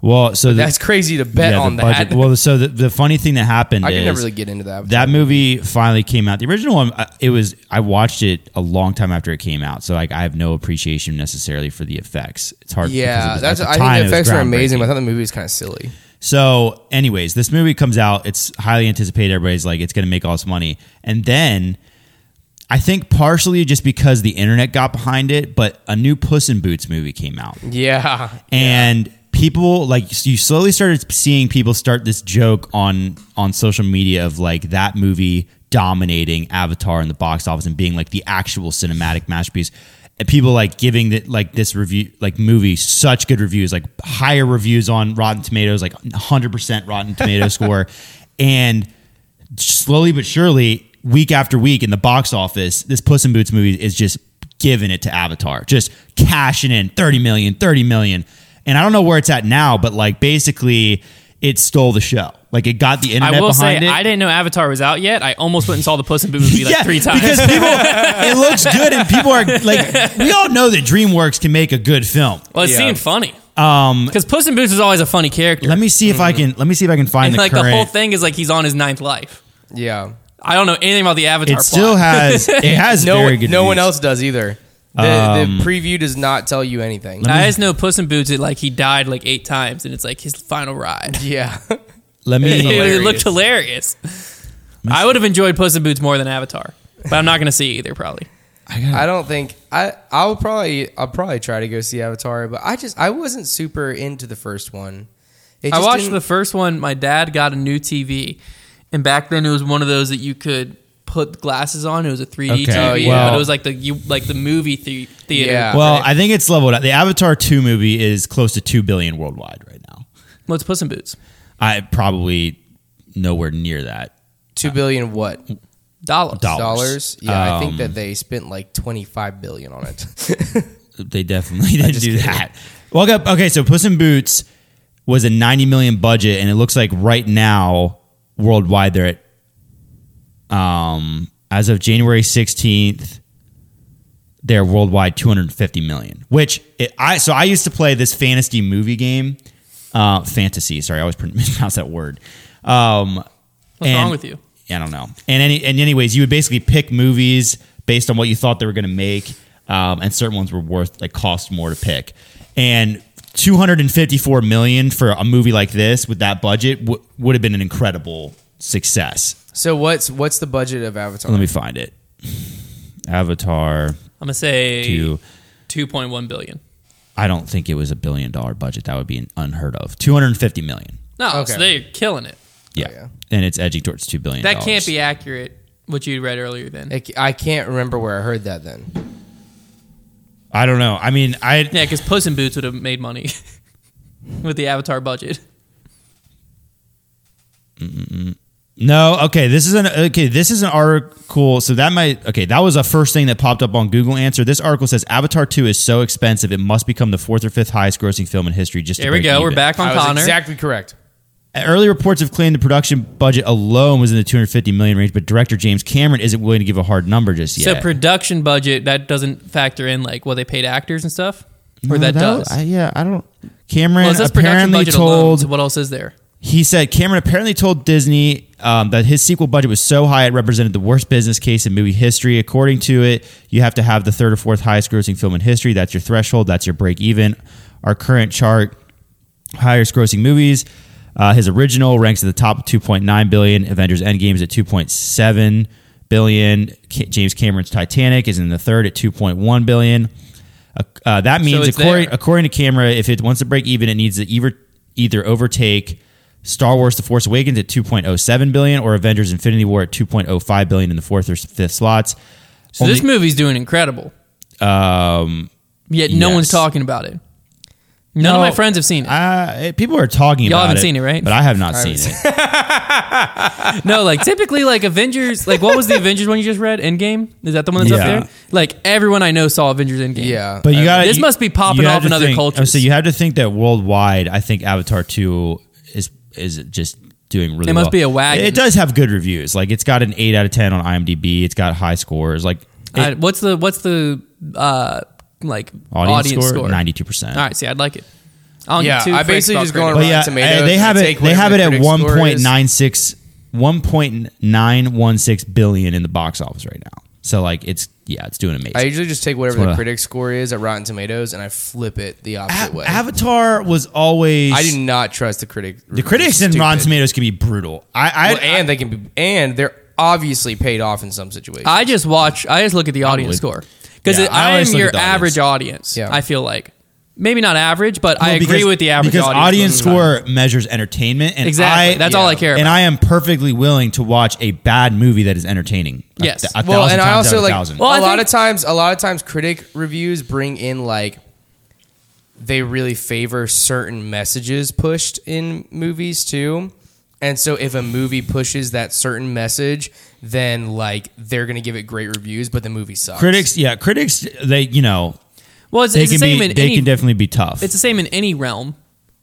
D: Well, so the,
C: That's crazy to bet
D: yeah, the
C: on that.
D: budget- Well, so the, the funny thing that happened
C: I can
D: is
C: never really get into the Avatar.
D: That movie finally came out. The original one, uh, it was I watched it a long time after it came out, so like I have no appreciation necessarily for the effects. It's hard. because it
C: yeah,
D: was-
C: that's.
D: at the
C: I
D: time, it
C: think the
D: was
C: effects are amazing.
D: groundbreaking.
C: But I thought the movie was kind of silly.
D: So, anyways, this movie comes out. It's highly anticipated. Everybody's like, it's going to make all this money. And then I think partially just because the internet got behind it, but a new Puss in Boots movie came out
C: Yeah,
D: and people like you slowly started seeing people start this joke on on social media of like that movie dominating avatar in the box office and being like the actual cinematic masterpiece and people like giving that like this review like movie such good reviews like higher reviews on rotten tomatoes like 100% rotten tomato score and slowly but surely, week after week in the box office, this Puss in Boots movie is just giving it to Avatar, just cashing in 30 million, 30 million. And I don't know where it's at now, but like basically, it stole the show. Like it got the internet
A: I will say,
D: behind it.
A: I didn't know Avatar was out yet. I almost went and saw the Puss in Boots movie like three times.
D: Because people, it looks good, and people are like, we all know that DreamWorks can make a good film.
A: well, it
C: Yeah.
A: seemed funny. Um, because Puss in Boots is always a funny character.
D: Let me see if I can. Let me see if I can find
A: and
D: the
A: like
D: current.
A: the whole thing is like he's on his ninth life.
C: yeah.
A: I don't know anything about the
D: it
A: Avatar. plot.
D: still has. It has
C: No,
D: very
C: one,
D: good.
C: no one
D: reviews. Um,
C: else does either. The, the preview does not tell you anything.
A: I just know Puss in Boots. It like he died like eight times, and it's like his final ride.
C: Yeah,
D: Let me.
A: It,
C: Hilarious.
A: looked hilarious. I would have enjoyed Puss in Boots more than Avatar, but I'm not going to see it either. Probably.
D: I gotta-
C: I don't think I. I'll probably I'll probably try to go see Avatar, but I just I wasn't super into the first one. It
A: I
C: just
A: watched
C: didn't-
A: the first one. My dad got a new TV, and back then it was one of those that you could put glasses on. It was a 3D
D: Okay.
A: TV,
D: Oh,
C: yeah.
A: but it was like the you like the movie the- theater.
C: Yeah.
D: Well,
C: Right.
D: I think it's leveled out. The Avatar 2 movie is close to 2 billion worldwide right now.
A: What's Puss in Boots?
D: I probably nowhere near that.
C: two billion what?
A: dollars.
D: Dollars.
C: dollars. Yeah, I think
D: Um,
C: that they spent like twenty five billion on it.
D: They definitely didn't
C: just
D: do
C: kidding.
D: that. Well, okay, okay, so Puss in Boots was a 90 million budget, and it looks like right now worldwide they're at um as of January 16th they're worldwide 250 million. Which it, I so I used to play this fantasy movie game, uh, fantasy. Sorry, I always mispronounce that word. Um,
A: What's
D: and-
A: wrong with you?
D: I don't know. And any and anyways, you would basically pick movies based on what you thought they were going to make, um, and certain ones were worth like cost more to pick. And 254 million for a movie like this with that budget w- would have been an incredible success.
C: so what's what's the budget of Avatar?
D: Let me find it. Avatar
A: I'm gonna say
D: two.
A: two point one billion.
D: I don't think it was a billion dollar budget. That would be unheard of. 250 million.
A: No, so
C: Okay.
A: they're killing it.
D: Yeah.
C: yeah.
D: And it's edging towards 2 billion.
A: That can't be accurate. What you read earlier, then.
C: I c- I can't remember where I heard that. Then
D: I don't know. I mean, I
A: Yeah, because Puss in Boots would have made money with the Avatar budget.
D: No, okay. This is an okay. This is an article. So that might okay. That was a first thing that popped up on Google Answer. This article says Avatar Two is so expensive it must become the fourth or fifth highest grossing film in history. Just to
A: There we
D: break
A: go. We're
D: even.
A: back on
C: I was
A: Connor.
C: exactly correct.
D: Early reports have claimed the production budget alone was in the 250 million range, but director James Cameron isn't willing to give a hard number just
A: so
D: yet.
A: production budget that doesn't factor in like what they paid actors and stuff, or
D: No,
A: that, does.
D: I, yeah, I don't. Cameron
A: well, it says production
D: apparently
A: budget alone.
D: told
A: So what else is there?
D: He said Cameron apparently told Disney um, that his sequel budget was so high it represented the worst business case in movie history. According to it, you have to have the third or fourth highest grossing film in history. That's your threshold. That's your break even. Our current chart highest grossing movies. Uh, his original ranks at the top 2.9 billion. Avengers Endgame is at 2.7 billion. Ca- James Cameron's Titanic is in the third at 2.1 billion. Uh, uh, that means
A: it's
D: according,
A: there.
D: according to Camera, if it wants to break even, it needs to either either overtake Star Wars: The Force Awakens at 2.07 billion or Avengers: Infinity War at 2.05 billion in the fourth or fifth slots.
A: So this movie's doing incredible,
D: um,
A: yet no one's
D: Yes.
A: talking about it. None of my friends have seen it.
D: uh, people are talking
A: Y'all
D: about
A: haven't
D: it,
A: seen it, right?
D: But I have not seen
C: haven't
D: it.
A: No, like typically, like Avengers, like what was the Avengers one you just read? Endgame? Is that the one that's
D: Yeah.
A: up there? Like everyone I know saw Avengers Endgame. Uh,
C: Yeah,
D: But you got
A: this must be popping off in other cultures.
D: Oh, So you have to think that worldwide, I think Avatar Two is is just doing really.
A: It must
D: well.
A: be a wagon.
D: It does have good reviews. Like it's got an eight out of ten on IMDb. It's got high scores. Like
A: I- what's the what's the uh like
D: audience,
A: audience,
D: score
A: score?
D: ninety two percent.
A: All right, see, I'd like it. I don't
C: Yeah,
A: give two
C: I
A: fricks
C: basically
A: about
C: just
A: critics.
C: go on
D: But
C: Rotten
D: yeah,
C: Tomatoes,
D: uh, they
C: and
D: have it.
C: take
D: They have it
C: whatever
D: at
C: critic
D: one
C: score
D: point
C: is.
D: nine six. 1.916 billion in the box office right now. So like it's yeah, it's doing amazing.
C: I usually just take whatever
D: That's what
C: the
D: I-
C: critic score is at Rotten Tomatoes and I flip it the opposite
D: A-
C: way.
D: Avatar was always
C: I do not trust the critic.
D: the critics in Rotten Tomatoes can be brutal. I I,
C: Well, and they can be, and they're obviously paid off in some situations.
A: I just watch. I just look at the audience
D: Probably.
A: score because
D: Yeah, I
A: I, am
D: always look
A: your
D: at the audience.
A: average audience.
C: Yeah.
A: I feel like maybe not average, but I
D: Well,
A: agree
D: because-
A: with the average
D: because
A: audience.
D: audience
A: most of the time.
D: score measures entertainment, and
A: Exactly.
D: I,
A: That's all I care
D: And
A: about.
D: I am perfectly willing to watch a bad movie that is entertaining. A
A: Yes.
D: th- a
C: well,
D: thousand
C: and I
D: times out
C: also
D: of a
C: like
D: thousand.
A: Well,
C: a
A: I
C: lot
A: think-
C: of times. A lot of times, critic reviews bring in like they really favor certain messages pushed in movies too. And so, if a movie pushes that certain message, then like they're gonna give it great reviews, but the movie sucks.
D: critics, yeah, critics. They you know
A: Well, it's,
D: they
A: it's the
D: can
A: same
D: be
A: in
D: they
A: any.
D: can definitely be tough.
A: it's the same in any realm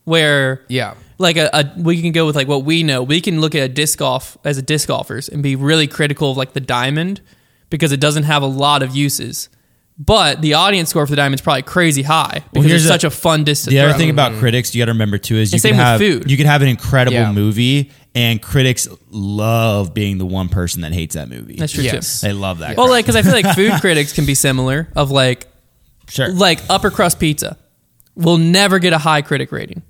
A: where
C: yeah,
A: like a, a we can go with like what we know. We can look at a disc golf as a disc golfers and be really critical of like the diamond because it doesn't have a lot of uses. But the audience score for the diamond's probably crazy high because
D: here's
A: it's
D: the-
A: such a fun distance.
D: the other thing about critics you got to remember too is you
A: And
D: can
A: same with
D: have
A: food.
D: you can have an incredible
C: Yeah.
D: movie, and critics love being the one person that hates that movie.
A: That's true
C: Yes.
A: too.
D: They love that.
A: Well,
D: crap.
A: like because I feel like food critics can be similar of like
D: sure,
A: like upper crust pizza will never get a high critic rating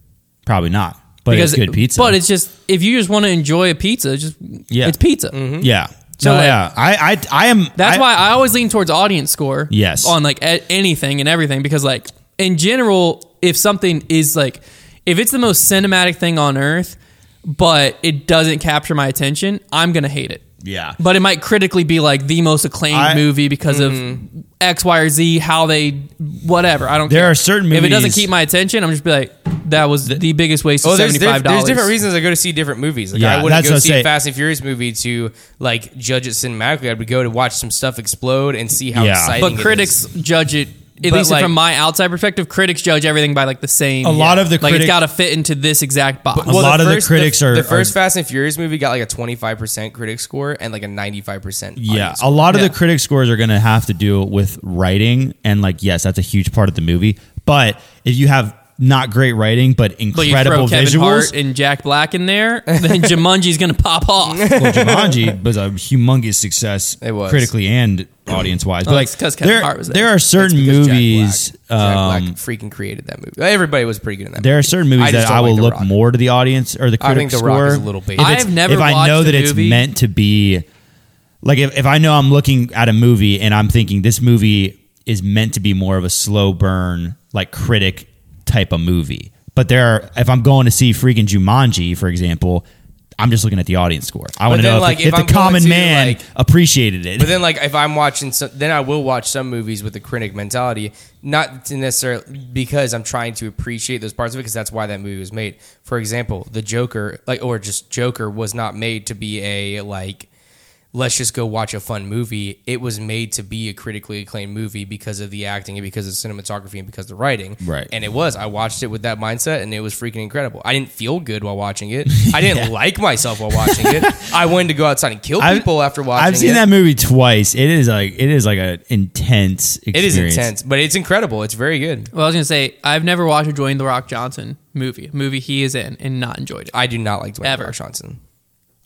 D: probably not, but it's good pizza.
A: But it's just if you just want to enjoy a pizza, just
D: Yeah.
A: yeah, it's pizza.
D: yeah.
A: So,
D: no,
A: like-
D: yeah, I, I, I am.
A: That's
D: I-
A: why I always lean towards audience score.
D: Yes.
A: On like a- anything and everything because like in general, if something is like if it's the most cinematic thing on earth, but it doesn't capture my attention, I'm gonna hate it.
D: Yeah.
A: But it might critically be like the most acclaimed
D: I- Mm-hmm.
A: movie because of X, Y, or Z, how they, whatever. I don't
D: There
A: care.
D: are certain
A: If it doesn't
D: movies-
A: keep my attention, I'm just be like, that was the biggest waste of
C: Oh, there's,
A: seventy
C: there's,
A: five
C: there's
A: dollars.
C: different reasons I go to see different movies. Like
D: Yeah,
C: I wouldn't
D: that's
C: go
D: what I
C: see
D: say.
C: a Fast and Furious movie to like judge it cinematically. I'd go to watch some stuff explode and see how
D: Yeah.
C: exciting.
A: But
C: it is.
A: critics judge it. At
C: But,
A: least
C: like-
A: from my outside perspective, critics judge everything by like the same.
D: A lot of the
A: like it's
D: critic-
A: got to fit into this exact box.
D: Well, a lot of the critics are-
C: the first
D: are-
C: Fast and Furious movie got like a 25% critic score and like a 95%
D: Yeah,
C: audience
D: a lot of
A: Yeah.
D: the critic scores are going to have to do with writing, and like, yes, that's a huge part of the movie. But if you have not great writing, but
A: but you throw
D: incredible
A: Kevin Hart
D: visuals,
A: and Jack Black in there, then Jumanji's gonna pop off.
D: well, Jumanji was a humongous success,
C: It was. Oh,
D: critically and audience wise. But
A: Well,
D: like,
A: it's 'cause Kevin
D: there,
A: Hart was there.
D: there are certain
C: because Jack
D: movies.
C: Black- Jack Black,
D: um,
C: freaking created that movie. Everybody was pretty good in that.
D: there
C: movie.
D: are certain movies
C: just
D: that
C: don't
D: I will
C: like The
D: look
C: Rock.
D: more to the audience or the
C: I
D: critic
C: think The
D: score.
C: Rock is a little bait.
D: If it's-
A: I've never
D: if I
A: watched
D: know
A: the
D: that it's
A: movie.
D: meant to be, like if, if I know I'm looking at a movie and I'm thinking this movie is meant to be more of a slow burn, like critic type of movie. But there are if I'm going to see freaking Jumanji, for example. I'm just looking at the audience score. I want to
C: then,
D: know
C: like,
D: if, the- if
C: if I'm
D: the
C: going
D: common
C: to,
D: man
C: like-
D: appreciated it.
C: But then, like, if I'm watching, some, then I will watch some movies with the critic mentality, not to necessarily because I'm trying to appreciate those parts of it, because that's why that movie was made. For example, the Joker, like, or just Joker, was not made to be a like, let's just go watch a fun movie. It was made to be a critically acclaimed movie because of the acting and because of the cinematography and because of the writing.
D: Right.
C: And it was. I watched it with that mindset, and it was freaking incredible. I didn't feel good while watching it. I didn't like myself while watching it. I wanted to go outside and kill people after watching.
D: I've seen
C: it.
D: that movie twice. It is like it is like an intense.
C: It is
D: Experience.
C: intense, but it's incredible. It's very good.
A: Well, I was gonna say I've never watched a Dwayne the Rock Johnson movie, a movie he is in, and not enjoyed it.
C: I do not like Dwayne
A: Ever.
C: Ever. Johnson.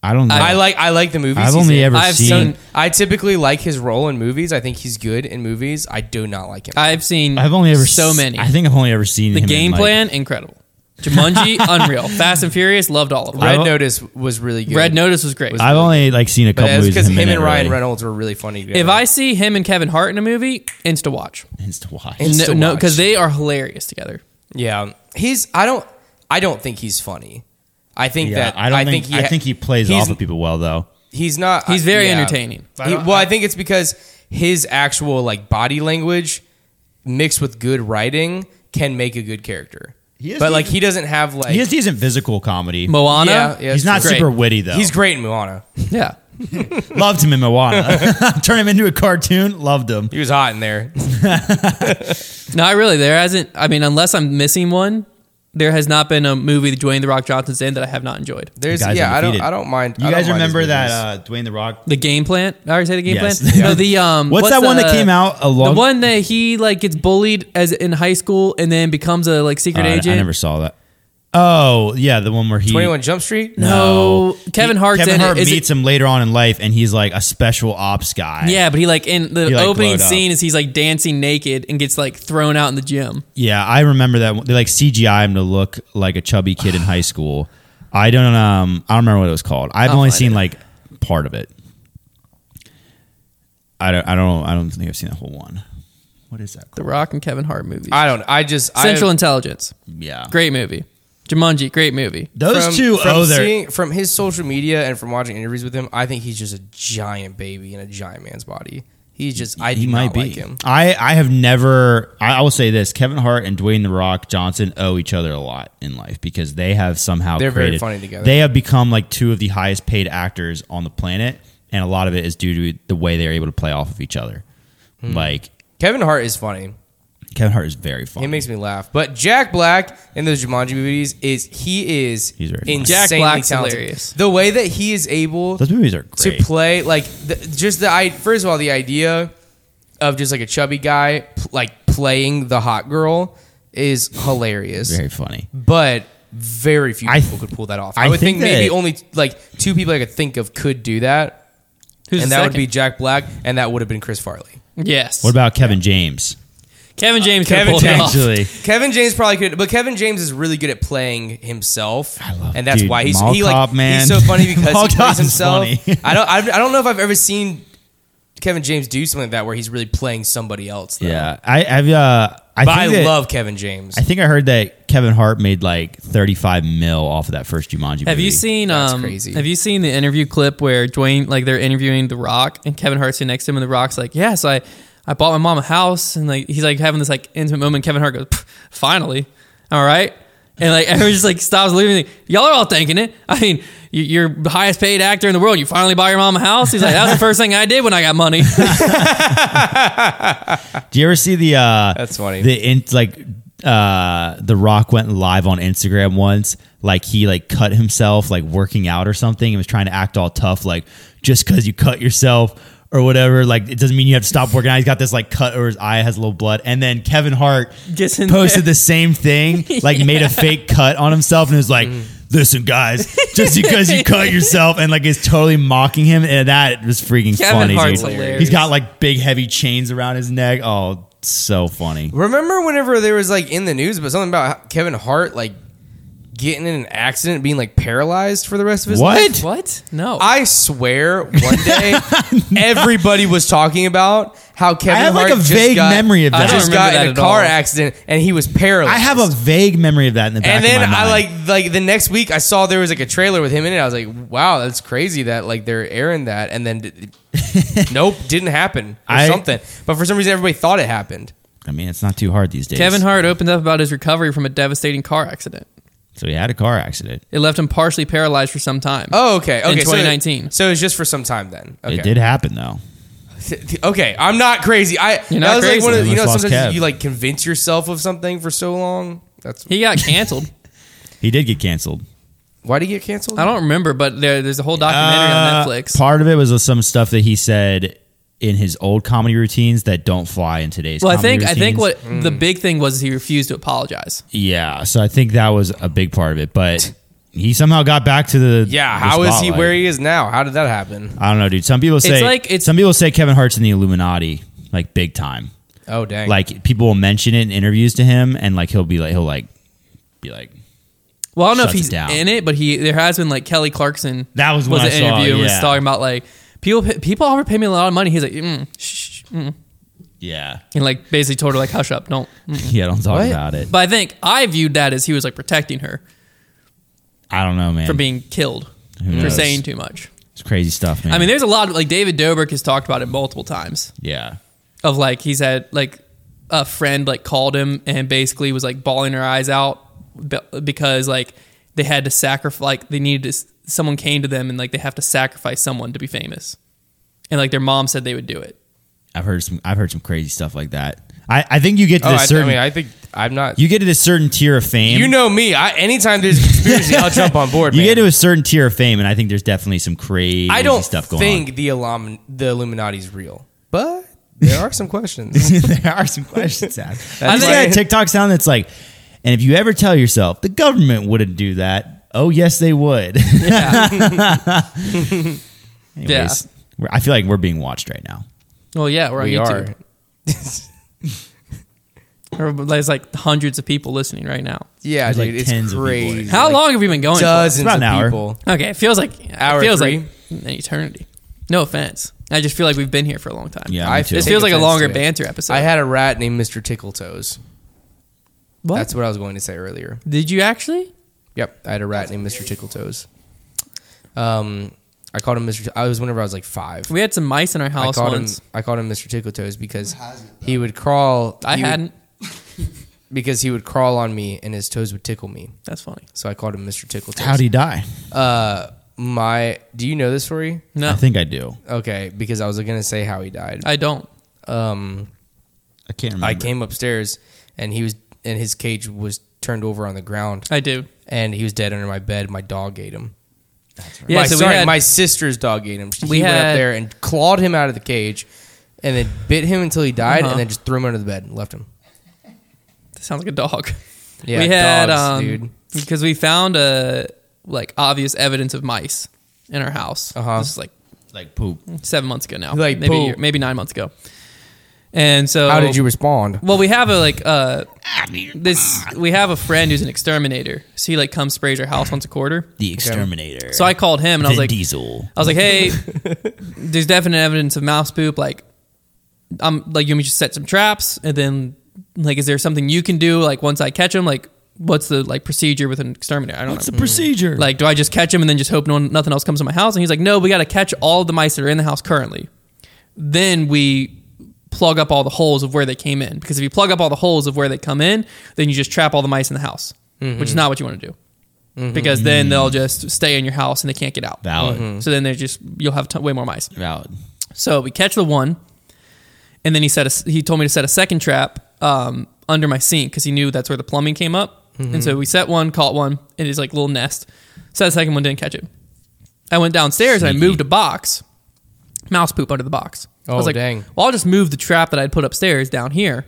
D: I don't. know.
C: I like I like the movies.
D: I've
C: he's
D: only
C: in.
D: ever
A: I've
D: seen.
A: seen-
C: I typically like his role in movies. I think he's good in movies. I do not like him.
A: I've seen
D: I've only ever
A: so
D: s-
A: many.
D: I think I've only ever seen
A: the
D: him in,
A: game
D: like-
A: plan incredible. Jumanji unreal. Fast and Furious loved all of them.
C: Red
D: I've-
C: Notice was really good.
A: Red Notice was great.
D: I've only like seen a
C: but
D: couple
C: that's
D: movies
C: because
D: with
C: him
D: him in
C: and
D: it,
C: Ryan
D: really.
C: Reynolds were really funny together.
A: if I see him and Kevin Hart in a movie, insta watch.
D: Hence to watch.
C: And- Insta
A: no,
C: watch.
A: because they are hilarious together.
C: yeah, he's I don't I don't think he's funny. I think
D: yeah,
C: that
D: I don't think,
C: he
D: I think he plays
C: he's-
D: off of people well though.
C: he's not uh,
A: He's very
C: yeah.
A: entertaining.
C: He- well, I think it's because his actual like body language mixed with good writing can make a good character.
D: He is
C: but like
D: decent.
C: he doesn't have like
D: He has decent physical comedy.
A: Moana,
C: Yeah, yeah.
D: He's not
A: great.
D: super witty though.
C: he's
D: He's
C: great in Moana.
A: yeah.
D: loved him in Moana. Turn him into a cartoon. Loved him.
C: He was hot in there.
A: Not really. There hasn't. I mean, unless I'm missing one, there has not been a movie that Dwayne the Rock Johnson's in that I have not enjoyed.
C: There's
D: Guys
C: yeah, I don't
D: undefeated.
C: I don't mind.
D: You
C: I don't
D: guys
C: mind
D: remember
C: his
D: that
C: movies.
D: uh, Dwayne the Rock?
A: The game plan. I already say the game
D: Yes.
A: plan.
D: Yeah.
A: No, the um.
D: What's that one that
A: the-
D: came out a long-
A: The one that he like gets bullied as in high school and then becomes a like
D: Uh,
A: secret
D: I,
A: agent.
D: never saw that. Oh yeah, the one where he
C: 21 Jump Street.
A: No, Kevin Hart's
D: Kevin
A: in
D: Hart
A: it. Is it-
D: meets him later on in life, and he's like a special ops guy.
A: Yeah, but he like in the
D: He, like,
A: opening
D: glowed up.
A: scene is he's like dancing naked and gets like thrown out in the gym.
D: Yeah, I remember that. one. They like CGI him to look like a chubby kid in high school. I don't um I don't remember what it was called. I've
A: I'll
D: only
A: find
D: seen
A: it.
D: like part of it. I don't I don't I don't think I've seen the whole one. What is that?
A: The
D: Called?
A: Rock and Kevin Hart movies.
C: I don't I just
A: Central
C: I,
A: Intelligence,
D: Yeah.
A: great movie. Jumanji, great movie.
D: Those
C: from-
D: two
C: from
D: oh they're
C: seeing, from his social media and from watching interviews with him, I think he's just a giant baby in a giant man's body. He's just I do
D: he might
C: not
D: be.
C: like him.
D: I I have never I, I will say this, Kevin Hart and Dwayne the Rock Johnson owe each other a lot in life because they have somehow
C: They're very
D: created-
C: funny together.
D: They have become like two of the highest paid actors on the planet and a lot of it is due to the way they're able to play off of each other.
C: Hmm.
D: Like
C: Kevin Hart is funny.
D: Kevin Hart is very
C: He
D: funny.
C: makes me laugh. But Jack Black in those Jumanji movies is he is
D: He's very funny.
C: insanely
A: Jack Black's
C: talented.
A: hilarious.
C: The way that he is able
D: Those movies are great.
C: to play like the, just the I first of all the idea of just like a chubby guy p- like playing the hot girl is hilarious.
D: very funny.
C: but very few
D: I-
C: people could pull that off. I,
D: I
C: would think,
D: think
C: maybe
D: that-
C: only like two people I could think of could do that,
A: Who's
C: and
A: the
C: that would
A: second?
C: be Jack Black, and that would have been Chris Farley.
A: yes.
D: What about Kevin James?
A: Kevin James? could
C: Kevin
A: pulled it
C: James.
A: off.
D: Actually,
C: Kevin James probably could, but Kevin James is really good at playing himself,
D: I love-
C: and that's
D: dude,
C: why he's
D: Mall
C: he like
D: Cop, man.
C: he's so funny because
D: Mall
C: he
D: Cop
C: plays
D: is
C: himself.
D: funny.
C: I don't I, I don't know if I've ever seen Kevin James do something like that where he's really playing somebody else. Though.
D: yeah. I have. Uh, I
C: but
D: think
C: I
D: that-
C: love Kevin James.
D: I think I heard that Kevin Hart made like thirty-five mil off of that first Jumanji.
A: Have
D: movie.
A: you seen?
C: That's
A: um,
C: crazy.
A: Have you seen the interview clip where Dwayne, like, they're interviewing The Rock, and Kevin Hart's sitting next to him, and The Rock's like, "Yeah, so I, I bought my mom a house," and like he's like having this like intimate moment. Kevin Hart goes, "Pff, "Finally, all right." And like everyone just like stops looking. Like, Y'all are all thinking it. I mean, you- you're the highest paid actor in the world. You finally buy your mom a house. He's like, that was the first thing I did when I got money.
D: Do you ever see the uh
C: That's funny.
D: The in, like uh The Rock went live on Instagram once like he like cut himself like working out or something and was trying to act all tough like just cuz you cut yourself or whatever like it doesn't mean you have to stop working out. He's got this like cut over his eye has a little blood and then Kevin Hart
A: Gets in
D: posted
A: there.
D: the same thing like made a fake cut on himself and was like
A: Mm.
D: Listen, guys. Just because you cut yourself and like is totally mocking him, and that was freaking
A: Kevin
D: funny.
A: Hart's
D: dude.
A: hilarious.
D: He's got like big heavy chains around his neck. Oh, so funny.
C: Remember whenever there was like in the news, but something about how Kevin Hart like getting in an accident, and being like paralyzed for the rest of his
D: What?
C: life.
A: what? No.
C: I swear, one day everybody was talking about how Kevin
D: I have, like,
C: Hart
D: a
C: just
D: vague
C: got,
D: memory of that. I don't
C: Just
A: remember
C: got
A: that
C: in a
A: at
C: car
A: all.
C: accident and he was paralyzed.
D: I have a vague memory of that in the back
C: And
D: of
C: then
D: my mind.
C: I like like the next week I saw there was like a trailer with him in it. I was like, wow, that's crazy that like they're airing that. And then d- nope, didn't happen or
D: I-
C: something. But for some reason, everybody thought it happened.
D: I mean, it's not too hard these days.
A: Kevin Hart opened up about his recovery from a devastating car accident.
D: So he had a car accident.
A: It left him partially paralyzed for some time.
C: Oh, okay, okay. so-
A: 2019.
C: So, it was just for some time then. Okay.
D: It did happen though.
C: Okay, I'm not crazy. I
A: You're
C: that
A: not
C: was like
A: crazy.
C: one of the, you know
D: Almost lost
C: sometimes
D: Kev.
C: you like convince yourself of something for so long. That's
A: He got canceled.
D: He did get canceled.
C: why did he get canceled?
A: I don't remember, but there, there's a whole documentary
D: Uh,
A: on Netflix.
D: Part of it was some stuff that he said in his old comedy routines that don't fly in today's.
A: well, I
D: comedy
A: think I think
D: routines.
A: what the big thing was is he refused to apologize.
D: Yeah, so I think that was a big part of it, but he somehow got back to the.
C: Yeah,
D: the
C: how is he
D: spotlight.
C: where he is now? How did that happen?
D: I don't know, dude. Some people say
A: like- it's-
D: some people say Kevin Hart's in the Illuminati, like big time.
C: Oh dang!
D: Like people will mention it in interviews to him, and like he'll be like he'll like be like
A: Well, I don't know if
D: Shuts it
A: he's
D: down.
A: in it, but he there has been like Kelly Clarkson.
D: That was when
A: was
D: I
A: an
D: saw,
A: interview and
D: yeah.
A: was talking about like people people offer pay me a lot of money. He's like, mm, shh, shh, mm.
D: yeah
A: and like basically told her like, hush up, don't. Mm.
D: yeah don't talk
C: What?
D: about it.
A: But I think I viewed that as he was like protecting her
D: I don't know, man.
A: from being killed
D: Who
A: for
D: knows?
A: saying too much.
D: it's crazy stuff, man.
A: I mean, there's a lot of like David Dobrik has talked about it multiple times.
D: yeah,
A: of like he's had like a friend like called him and basically was like bawling her eyes out be- because like they had to sacrifice like they needed to s- someone came to them and like they have to sacrifice someone to be famous and like their mom said they would do it
D: I've heard some I've heard some crazy stuff like that. I, I think you get to
C: oh, I,
D: this
C: th- I
D: certain
C: mean, I think I'm not. You,
D: you get to this certain tier of fame.
C: know me. I, anytime there's a conspiracy, I'll jump on board.
D: you
C: man.
D: get to a certain tier of fame, and I think there's definitely some crazy
C: I don't
D: stuff going
C: think the Illum- the Illuminati's real, but there are some questions.
D: on. there are some questions asked. I
C: That's
D: just got a
C: right.
D: TikTok sound that's like, and if you ever tell yourself the government wouldn't do that, oh yes they would.
A: yeah
D: Anyways, we're I feel like we're being watched right now.
A: well yeah we're on
C: we are.
A: youtube Everybody- there's like hundreds of people listening right now
C: Yeah,
D: There's, like,
C: dude, it's
D: tens of people
C: crazy.
D: like-
A: how long have we been going for?
C: Dozens
D: About an
C: of
D: hour.
C: people.
A: okay it feels like
C: Hour
A: it feels
C: three?
A: like an eternity no offense i just feel like we've been here for a long time
D: Yeah,
C: I
D: me too.
A: this
C: Take
A: feels like a
C: offense
A: longer
C: to it.
A: banter episode
C: I had a rat named Mr. Tickle Toes.
A: what?
C: That's what I was going to say earlier.
A: Did you actually?
C: Yep, I had a rat named Mr. Tickle Toes. Um, I called him Mr. T- I was whenever I was like five.
A: We had some mice in our
C: I
A: house
C: called
A: once.
C: him. I called him Mr. Tickle Toes because he would crawl.
A: I
C: he would-
A: hadn't.
C: because he would crawl on me and his toes would tickle me.
A: That's funny.
C: So I called him Mr. Tickle Toes.
D: How'd he die?
C: Uh, my. Do you know this story?
A: No, I,
D: I think I do.
C: Okay, because I was gonna say how he died.
A: don't.
C: Um,
D: I can't remember.
C: I came upstairs and he was and his cage was turned over on the ground
A: I do.
C: and he was dead under my bed. My dog ate him.
A: Yeah,
C: my,
A: so we
C: sorry,
A: had,
C: my sister's dog ate him. She
A: We
C: went
A: had-
C: up there and clawed him out of the cage, and then bit him until he died,
A: Uh-huh.
C: and then just threw him under the bed and left him.
A: sounds like a dog.
C: Yeah,
A: we had
C: dogs,
A: um,
C: dude.
A: because we found a like obvious evidence of mice in our house.
C: Uh-huh.
A: This is like
D: like poop.
A: seven months ago now.
C: Like
A: maybe a
C: poop.
A: year- maybe nine months ago. And so
C: How did you respond?
A: Well, we have a like uh this we have a friend who's an exterminator. So he like comes sprays our house once a quarter.
D: The exterminator.
A: So I called him and I was
D: Vin
A: like,
D: Diesel.
A: I was like, hey, there's definite evidence of mouse poop. Like, I'm like, you want me to set some traps? And then, like, is there something you can do? Like, once I catch them, like, what's the like procedure with an exterminator? I don't
D: What's
A: know.
D: the procedure?
A: Mm-hmm. like, do I just catch them and then just hope no one, nothing else comes to my house? And he's like, no, we got to catch all the mice that are in the house currently. Then we plug up all the holes of where they came in because if you plug up all the holes of where they come in, then you just trap all the mice in the house. which is
D: Mm-hmm.
A: not what you want to do. Because then they'll just stay in your house and they can't get out.
D: Valid.
C: Mm-hmm.
A: So then they're just you'll have t- way more mice.
D: Valid.
A: So we catch the one, and then he set a, he told me to set a second trap um, under my sink because he knew that's where the plumbing came up.
C: Mm-hmm.
A: And so we set one, caught one in his like little nest. Set a second one, didn't catch it. I went downstairs and I
D: Sneaky.
A: moved a box, mouse poop under the box. I
C: Oh,
A: was like,
C: dang.
A: Well, I'll just move the trap that I'd put upstairs down here,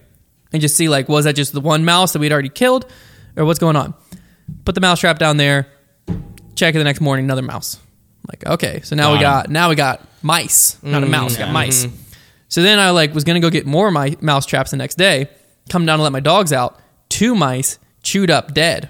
A: and just see like was that just the one mouse that we'd already killed, or what's going on? Put the mouse trap down there. Check it the next morning, another mouse. I'm like okay, so now we
D: Got Mm-hmm. 'em.
A: got now we got mice, not a mouse, got mice. So then I like was gonna go get more my mouse traps the next day. Come down to let my dogs out. Two mice chewed up dead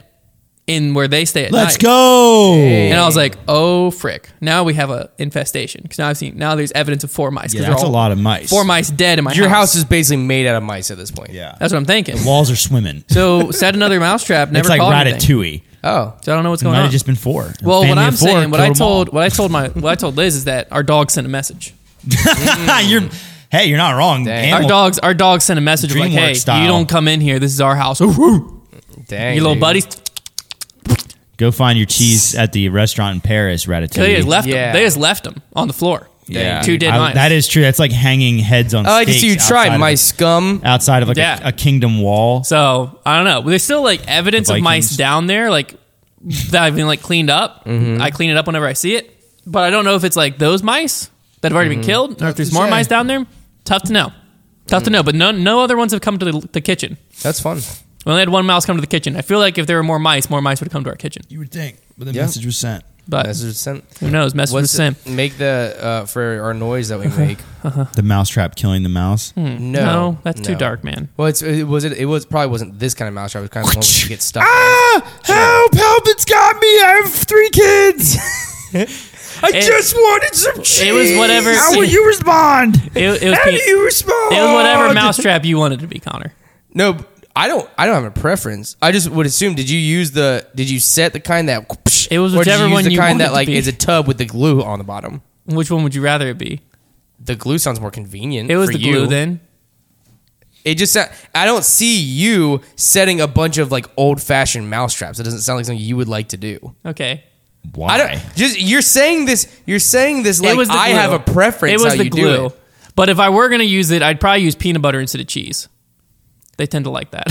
A: in where they stay at
D: Let's
A: night.
D: go.
A: And I was like, oh frick! Now we have a infestation because now I've seen now there's evidence of four mice. 'cause
D: Yeah,
A: they're
D: that's a
A: all-
D: lot of mice.
A: Four mice dead in my
C: Your house is basically made out of mice at this point.
D: Yeah.
A: That's what I'm thinking.
D: Walls are swimming.
A: So set another mouse trap. Never
D: it's like
A: caught anything.
D: Ratatouille.
C: Oh.
A: So I don't know what's
D: It
A: going
D: might
A: on.
D: have just been four.
A: well, what
D: Family
A: I'm
D: of four,
A: saying, what
D: killed
A: I
D: them all.
A: told, what I told my, what I told Liz is that our dog sent a message.
D: you're, hey, you're not wrong.
C: Dang.
A: Mm. Our
D: Animal-
A: dogs, our dog sent a message of like,
D: DreamWorks
A: "Hey,
D: style.
A: you don't come in here. This is our house. Ooh, ooh.
C: Dang.
A: Your little
C: dude.
A: buddies,
D: Go find your cheese at the restaurant in Paris, Ratatouille.
A: they just left. 'em.
C: Yeah.
A: They just left them on the floor.
C: Yeah.
A: two dead
D: I-
A: mice.
D: That is true. That's like hanging heads on.
C: Oh, I like to
D: stakes
C: see you
D: outside
C: try
D: of
C: my
D: a-
C: scum.
D: outside of like
A: Yeah.
D: a, a kingdom wall.
A: So I don't know. But There's still like evidence
D: The
A: of mice
D: Vikings.
A: down there, like that I've been like cleaned up.
D: Mm-hmm.
A: I clean it up whenever I see it, but I don't know if it's like those mice that have already
D: Mm-hmm.
A: been killed, or if there's
D: to
A: more
D: say.
A: mice down there. Tough to know. Tough
D: Mm.
A: to know. But no, no other ones have come to the, the kitchen.
C: That's fun.
A: We only had one mouse come to the kitchen. I feel like if there were more mice, more mice would come to our kitchen.
D: You would think, but the
C: Yeah. message
D: was sent.
A: But
C: Message sent.
A: who knows? Message was
C: What's
A: sent.
C: Make the uh, for our noise that we make.
D: The mousetrap killing the mouse.
C: No,
A: No, that's too
C: no.
A: dark, man.
C: Well, it's, it was it. It was probably wasn't this kind of mousetrap. It was kind of the one where you get stuck.
A: Ah!
D: Help! Help! It's got me. I have three kids. I
A: It-
D: just wanted some cheese.
A: it was whatever-
D: How will you respond?
A: It, it was
D: How
A: pe-
D: do you respond?
A: it was whatever mousetrap you wanted it to be, Connor.
C: No, but I don't. I don't have a preference. I just would assume. Did you use the? Did you set the kind that?
A: It was
C: or did
A: whichever
C: you use
A: one
C: the
A: you
C: kind
A: wanted
C: that
A: to
C: like
A: be.
C: is a tub with the glue on the bottom.
A: Which one would you rather it be?
C: The glue sounds more convenient.
A: It was
C: for
A: the
C: you.
A: glue then.
C: It just. sa- I don't see you setting a bunch of like old fashioned mousetraps. It doesn't sound like something you would like to do.
A: Okay.
D: Why?
C: I don't. Just you're saying this. You're saying this like
A: it was the
C: I
A: glue.
C: have a preference.
A: It was
C: how
A: the
C: you do
A: glue.
C: it.
A: But if I were gonna use it, I'd probably use peanut butter instead of cheese. They tend to like that.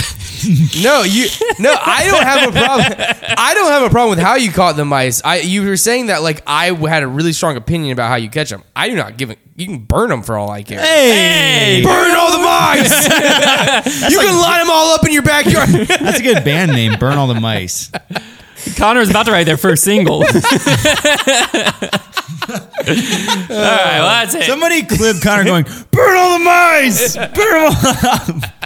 C: No, you no, I don't have a problem. I don't have a problem with how you caught the mice. I you were saying that like I had a really strong opinion about how you catch them. I do not give a you can burn them for all I care.
D: Hey,
C: Burn all the mice. you can line them all up in your backyard.
D: that's a good band name. Burn all the mice.
A: Connor was about to write their first single. All right, well that's it.
D: Somebody clip Connor going, burn all the mice. Burn them all. up."